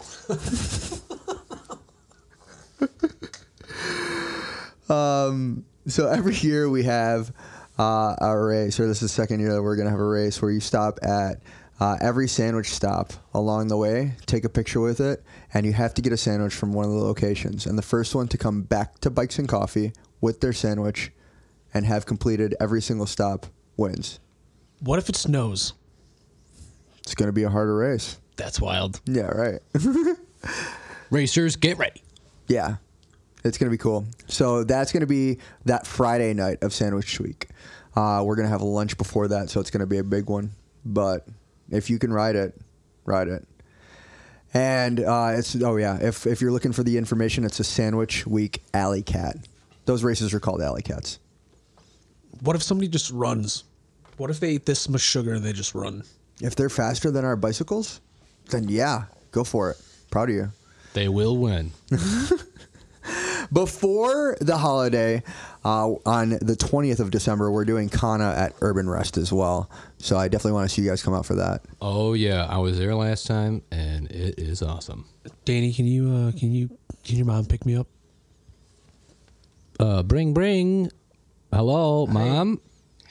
Speaker 1: so every year we have uh, a race, or this is the second year that we're going to have a race where you stop at uh, every sandwich stop along the way, take a picture with it, and you have to get a sandwich from one of the locations. And the first one to come back to Bikes and Coffee with their sandwich and have completed every single stop wins.
Speaker 2: What if it snows?
Speaker 1: It's going to be a harder race.
Speaker 2: That's wild.
Speaker 1: Yeah, right.
Speaker 3: Racers, get ready.
Speaker 1: Yeah. It's going to be cool. So that's going to be that Friday night of Sandwich Week. Uh, we're going to have lunch before that, so it's going to be a big one. But if you can ride it, ride it. And uh, it's oh yeah, if if you're looking for the information, it's a Sandwich Week Alley Cat. Those races are called Alley Cats.
Speaker 2: What if somebody just runs? What if they eat this much sugar and they just run?
Speaker 1: If they're faster than our bicycles, then yeah, go for it. Proud of you.
Speaker 3: They
Speaker 1: <laughs>
Speaker 3: will win.
Speaker 1: before the holiday uh, on the 20th of December, we're doing Kana at Urban Rest as well. So I definitely want to see you guys come out for that.
Speaker 3: Oh yeah, I was there last time, and it is awesome.
Speaker 2: Danny, can you uh, can you can your mom pick me up?
Speaker 3: Uh, bring, bring. Hello, mom.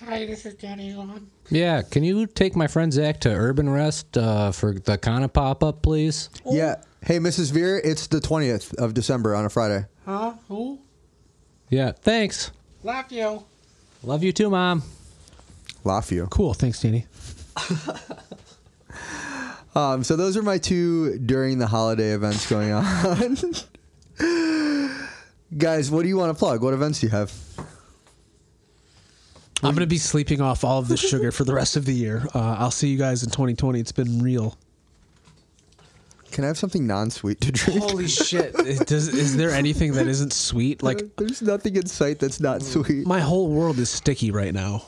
Speaker 5: Hi, this is Danny Long.
Speaker 3: Yeah, can you take my friend Zach to Urban Rest uh, for the Kana pop up, please?
Speaker 2: Oh.
Speaker 1: Yeah. Hey, Mrs. Veer, it's the 20th of December on a Friday.
Speaker 5: Huh? Who?
Speaker 3: Yeah, thanks.
Speaker 5: Love you.
Speaker 3: Love you too, mom.
Speaker 1: Laugh you.
Speaker 2: Cool, thanks, Danny.
Speaker 1: Um, so those are my two during the holiday events going on. <laughs> guys, what do you want to plug? What events do you have?
Speaker 2: I'm gonna be sleeping off all of the sugar for the rest of the year. Uh, I'll see you guys in 2020. It's been real.
Speaker 1: Can I have something non-sweet to drink? <laughs>
Speaker 2: <laughs> Holy shit! Does, is there anything that isn't sweet? Like
Speaker 1: There's nothing in sight that's not
Speaker 2: Mm.
Speaker 1: sweet.
Speaker 2: my whole world is sticky right now,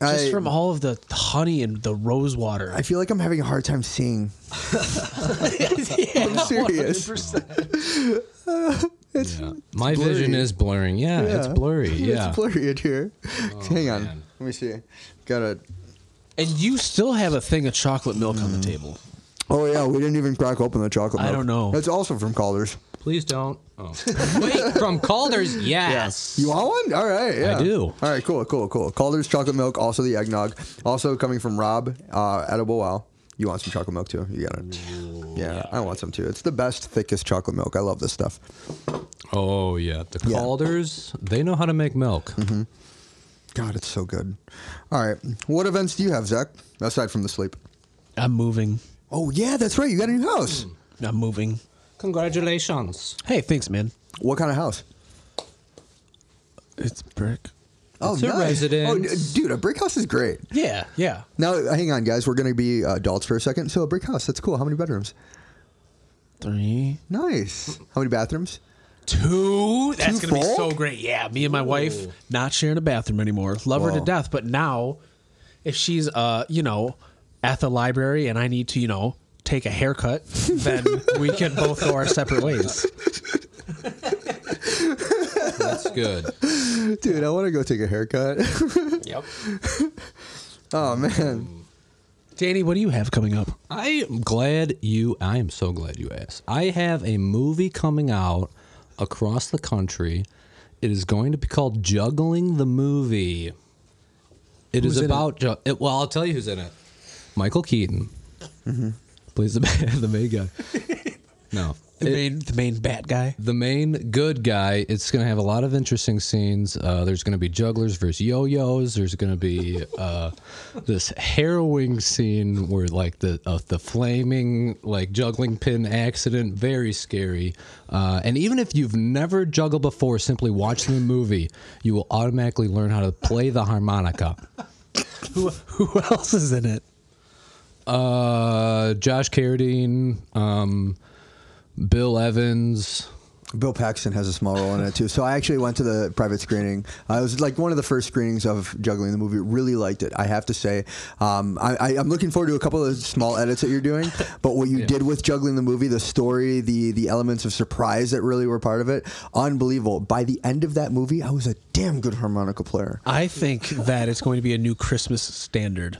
Speaker 2: just
Speaker 1: I-
Speaker 2: from all of the honey and the rose water. <laughs>
Speaker 1: I feel like I'm having a hard time seeing. I'm
Speaker 2: <laughs>
Speaker 1: serious.
Speaker 3: Yeah. My
Speaker 1: blurry.
Speaker 3: vision is blurring. Yeah, it's
Speaker 1: Yeah.
Speaker 3: blurry. Yeah.
Speaker 1: <laughs> It's
Speaker 3: Oh,
Speaker 1: blurry in here. <laughs> Hang on.
Speaker 3: man.
Speaker 1: Let me see. Got a.
Speaker 2: and you still have a thing of chocolate milk on the table.
Speaker 1: Oh yeah, we didn't even crack open the chocolate.
Speaker 2: I
Speaker 1: milk.
Speaker 2: don't know.
Speaker 1: That's also from Calder's.
Speaker 3: Please don't.
Speaker 1: <laughs>
Speaker 3: Oh. Wait, from Calder's, yes.
Speaker 1: You want one? All right. Yeah.
Speaker 3: do.
Speaker 1: All right. Cool. Cool. Cool. Calder's chocolate milk. Also the eggnog. Also coming from Rob. Uh, Edible Wow. You want some chocolate milk too? You got it. Yeah, I want some too. It's the best, thickest chocolate milk. I love this stuff.
Speaker 3: Oh yeah, the
Speaker 1: Yeah. Mm-hmm.
Speaker 3: Calders. They know how to make milk.
Speaker 1: God, it's so good. All right. What events do you have, Zach? Aside from the sleep.
Speaker 2: I'm moving.
Speaker 1: Oh yeah, that's right. You got a new house.
Speaker 3: Hmm.
Speaker 2: I'm moving.
Speaker 3: Congratulations.
Speaker 2: Hey, thanks, man.
Speaker 1: What kind of house?
Speaker 2: It's brick.
Speaker 1: Oh,
Speaker 3: It's a
Speaker 1: Oh, d-
Speaker 3: residence.
Speaker 1: dude, a brick house is great.
Speaker 2: Yeah, yeah.
Speaker 1: Now, hang on, guys. We're going to be uh, adults for a second. So, a brick house. That's cool. How many bedrooms?
Speaker 2: Three,
Speaker 1: Nice. How many bathrooms?
Speaker 2: two. That's
Speaker 1: Two
Speaker 2: gonna be
Speaker 1: full?
Speaker 2: so great. Yeah, me and my wife not sharing a bathroom anymore. Love her
Speaker 1: Whoa.
Speaker 2: to death, but now, if she's uh, you know, at the library and I need to, you know, take a <laughs> haircut, then we can both go our separate ways.
Speaker 1: <laughs>
Speaker 3: That's good.
Speaker 1: Dude, I want to go take a haircut. <laughs>
Speaker 2: Yep.
Speaker 1: oh, man.
Speaker 2: Danny, what do you have coming up?
Speaker 3: I am glad you. I am so glad you asked. I have a movie coming out across the country. It is going to be called Juggling the Movie. It is
Speaker 2: Who's in it?
Speaker 3: about. ju- it- well, I'll tell you who's in it. Michael Keaton
Speaker 2: Mm-hmm.
Speaker 3: plays the <laughs> the main guy. No,
Speaker 2: The main, the main bat guy.
Speaker 3: the main good guy. It's going to have a lot of interesting scenes. Uh, there's going to be jugglers versus yo-yos. There's going to be uh, this harrowing scene where like the uh, the flaming like juggling pin accident. Very scary. Uh, and even if you've never juggled before, simply watch the movie. You will automatically learn how to play the harmonica.
Speaker 2: Who, who else is in it?
Speaker 3: Uh, Josh Carradine, um, Bill Evans.
Speaker 1: Bill Paxton has a small role in it, too. So, I actually went to the private screening. Uh, it was like one of the first screenings of Juggling the movie. Really liked it, I have to say. Um, I, I, I'm looking forward to a couple of small edits that you're doing, but what you did with Juggling the movie, the story, the, the elements of surprise that really were part of it, unbelievable. By the end of that movie, I was a damn good harmonica player.
Speaker 2: I think that it's going to be a new Christmas standard.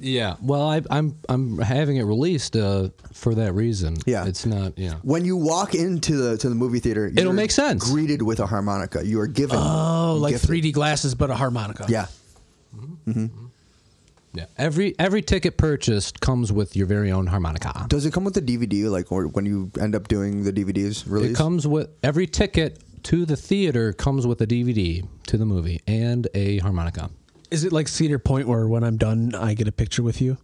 Speaker 3: Yeah. Well, I, I'm I'm having it released uh, for that reason.
Speaker 1: Yeah.
Speaker 3: It's not. Yeah.
Speaker 1: when you walk into the to the movie theater,
Speaker 3: It'll
Speaker 1: you're
Speaker 3: make sense.
Speaker 1: Greeted with a harmonica, you are given.
Speaker 2: Oh, like
Speaker 1: gifted.
Speaker 2: 3D glasses, but a harmonica.
Speaker 1: Yeah,
Speaker 3: Yeah. Every every ticket purchased comes with your very own harmonica.
Speaker 1: does it come with the DVD? Like, or when you end up doing the DVDs
Speaker 3: It
Speaker 1: release?
Speaker 3: comes with every ticket to the theater comes with a DVD to the movie and a harmonica
Speaker 2: Is it like Cedar Point where when I'm done, I get a picture with you?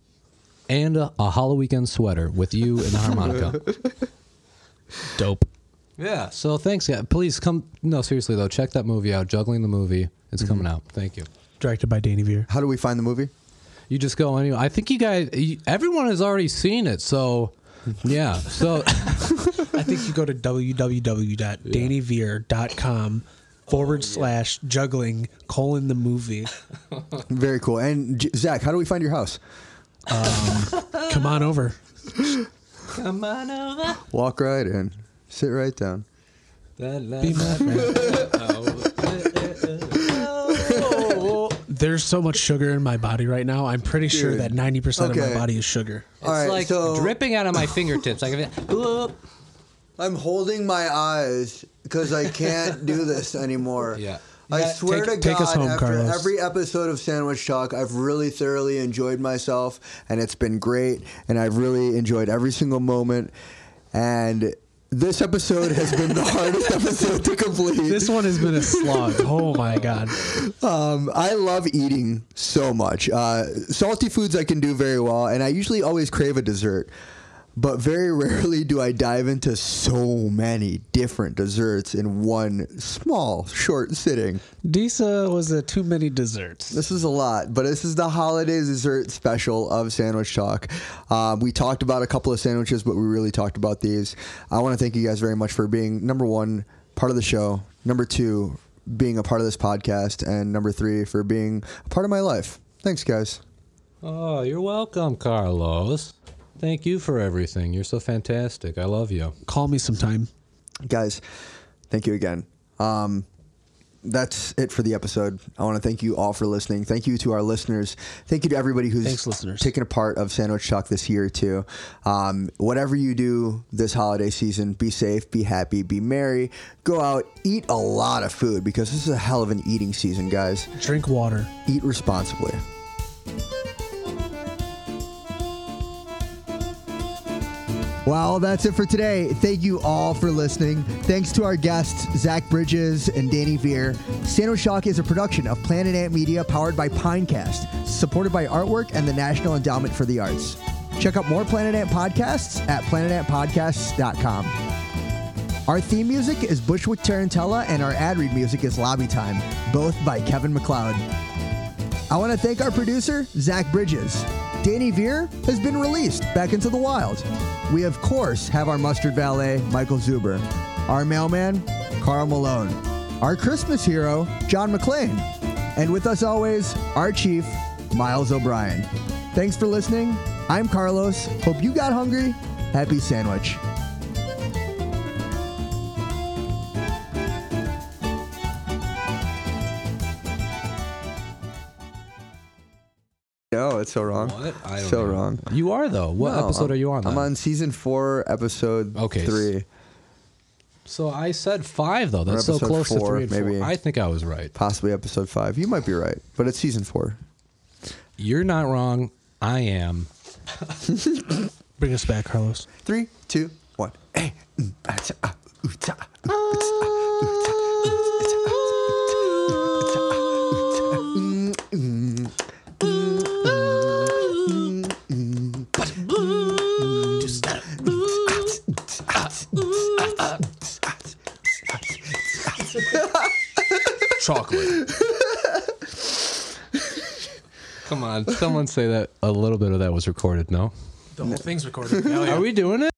Speaker 3: and a, a Hollow Weekend sweater with you and the harmonica.
Speaker 2: Dope.
Speaker 3: Yeah. So thanks, guys. Please come. No, seriously though, check that movie out. Juggling the movie. It's coming out. Thank you.
Speaker 2: Directed by Danny Veer.
Speaker 1: How do we find the movie?
Speaker 3: You just go anyway. I think you guys, you, everyone has already seen it. So, yeah. So, <laughs>
Speaker 2: I think you go to www.dannyveer.com
Speaker 1: Oh,
Speaker 2: forward slash juggling colon the movie.
Speaker 1: Very cool. And J- Zach, how do we find your house?
Speaker 2: Come on over.
Speaker 1: Walk right in, sit right down.
Speaker 2: Be my friend. There's so much sugar in my body right now. I'm pretty sure
Speaker 1: Dude.
Speaker 2: that 90% of
Speaker 1: Okay.
Speaker 2: my body is sugar.
Speaker 1: All right,
Speaker 3: it's like
Speaker 1: so
Speaker 3: dripping out of my fingertips. I can be- Oop.
Speaker 1: I'm holding my eyes because I can't do
Speaker 2: <laughs>
Speaker 1: this anymore.
Speaker 3: Yeah.
Speaker 1: I
Speaker 2: Yeah,
Speaker 1: swear
Speaker 2: take-
Speaker 1: to
Speaker 2: take
Speaker 1: God,
Speaker 2: us home,
Speaker 1: after
Speaker 2: Carlos.
Speaker 1: every episode of Sandwich Talk, I've really thoroughly enjoyed myself, and it's been great, and I've really enjoyed every single moment. And this episode has been the <laughs> hardest episode to complete.
Speaker 2: This one has been a slog.
Speaker 1: <laughs>
Speaker 2: Oh my God.
Speaker 1: Um, I love eating so much. Uh, salty foods I can do very well, and I usually always crave a dessert. But very <laughs> rarely do I dive into so many different desserts in one small, short sitting.
Speaker 2: Disa was a too many desserts.
Speaker 1: This is a lot, but this is the holiday dessert special of Sandwich Talk. Um, we talked about a couple of sandwiches, but we really talked about these. I want to thank you guys very much for being number one, part of the show, number two, being a part of this podcast, and number three, for being a part of my life. Thanks, guys.
Speaker 3: <laughs> Oh, you're welcome, Carlos. Thank you for everything. You're so fantastic. I love you.
Speaker 2: Call me sometime.
Speaker 1: Guys, thank you again. Um, that's it for the episode. I want to thank you all for listening. Thank you to our listeners. Thank you to everybody who's
Speaker 2: Thanks, listeners.
Speaker 1: taken a part of Sandwich Talk this year too. Um, whatever you do this holiday season, be safe, be happy, be merry. Go out, eat a lot of food because this is a hell of an eating season, guys.
Speaker 2: Drink water.
Speaker 1: Eat responsibly. Well, that's it for today. Thank you all for listening. Thanks to our guests, Zach Bridges and Danny Veer. Sandwich Shock is a production of Planet Ant Media powered by Pinecast, supported by Artwork and the National Endowment for the Arts. Check out more Planet Ant podcasts at planetantpodcasts.com. Our theme music is Bushwick Tarantella, and our ad read music is Lobby Time, both by Kevin McLeod. I want to thank our producer, Zach Bridges. Danny Veer has been released back into the wild. We, of course, have our mustard valet, Michael Zuber, our mailman, Carl Malone, our Christmas hero, John McClain, and with us always, our chief, Miles O'Brien. Thanks for listening. I'm Carlos. Hope you got hungry. Happy sandwich. No, it's so wrong.
Speaker 3: What? I don't
Speaker 1: so
Speaker 3: know.
Speaker 1: wrong.
Speaker 3: You are though. What
Speaker 1: No,
Speaker 3: episode
Speaker 1: I'm-
Speaker 3: are you on?
Speaker 1: I'm
Speaker 3: then?
Speaker 1: on season four, episode
Speaker 3: Okay, s-
Speaker 1: three.
Speaker 3: So I said five though. That's so
Speaker 1: episode
Speaker 3: close
Speaker 1: four,
Speaker 3: to three and
Speaker 1: maybe.
Speaker 3: four. I think I was right.
Speaker 1: possibly episode five. You might be right, but it's season four.
Speaker 3: You're not wrong. I am.
Speaker 2: Bring us back, Carlos.
Speaker 1: Three, two, one. <clears throat> Hey, mm, ah, cha, ah, ooh, cha, ah, ooh, cha, ah, ooh, cha, ooh, cha, ah, ooh, cha, ah, ooh, cha, ah, ooh, cha, ah, mm, mm, mm, mm, mm, mm, <laughs>
Speaker 3: Chocolate. Come on, someone say that a little bit of that was recorded. No,
Speaker 2: The whole thing's recorded.
Speaker 3: are we doing it?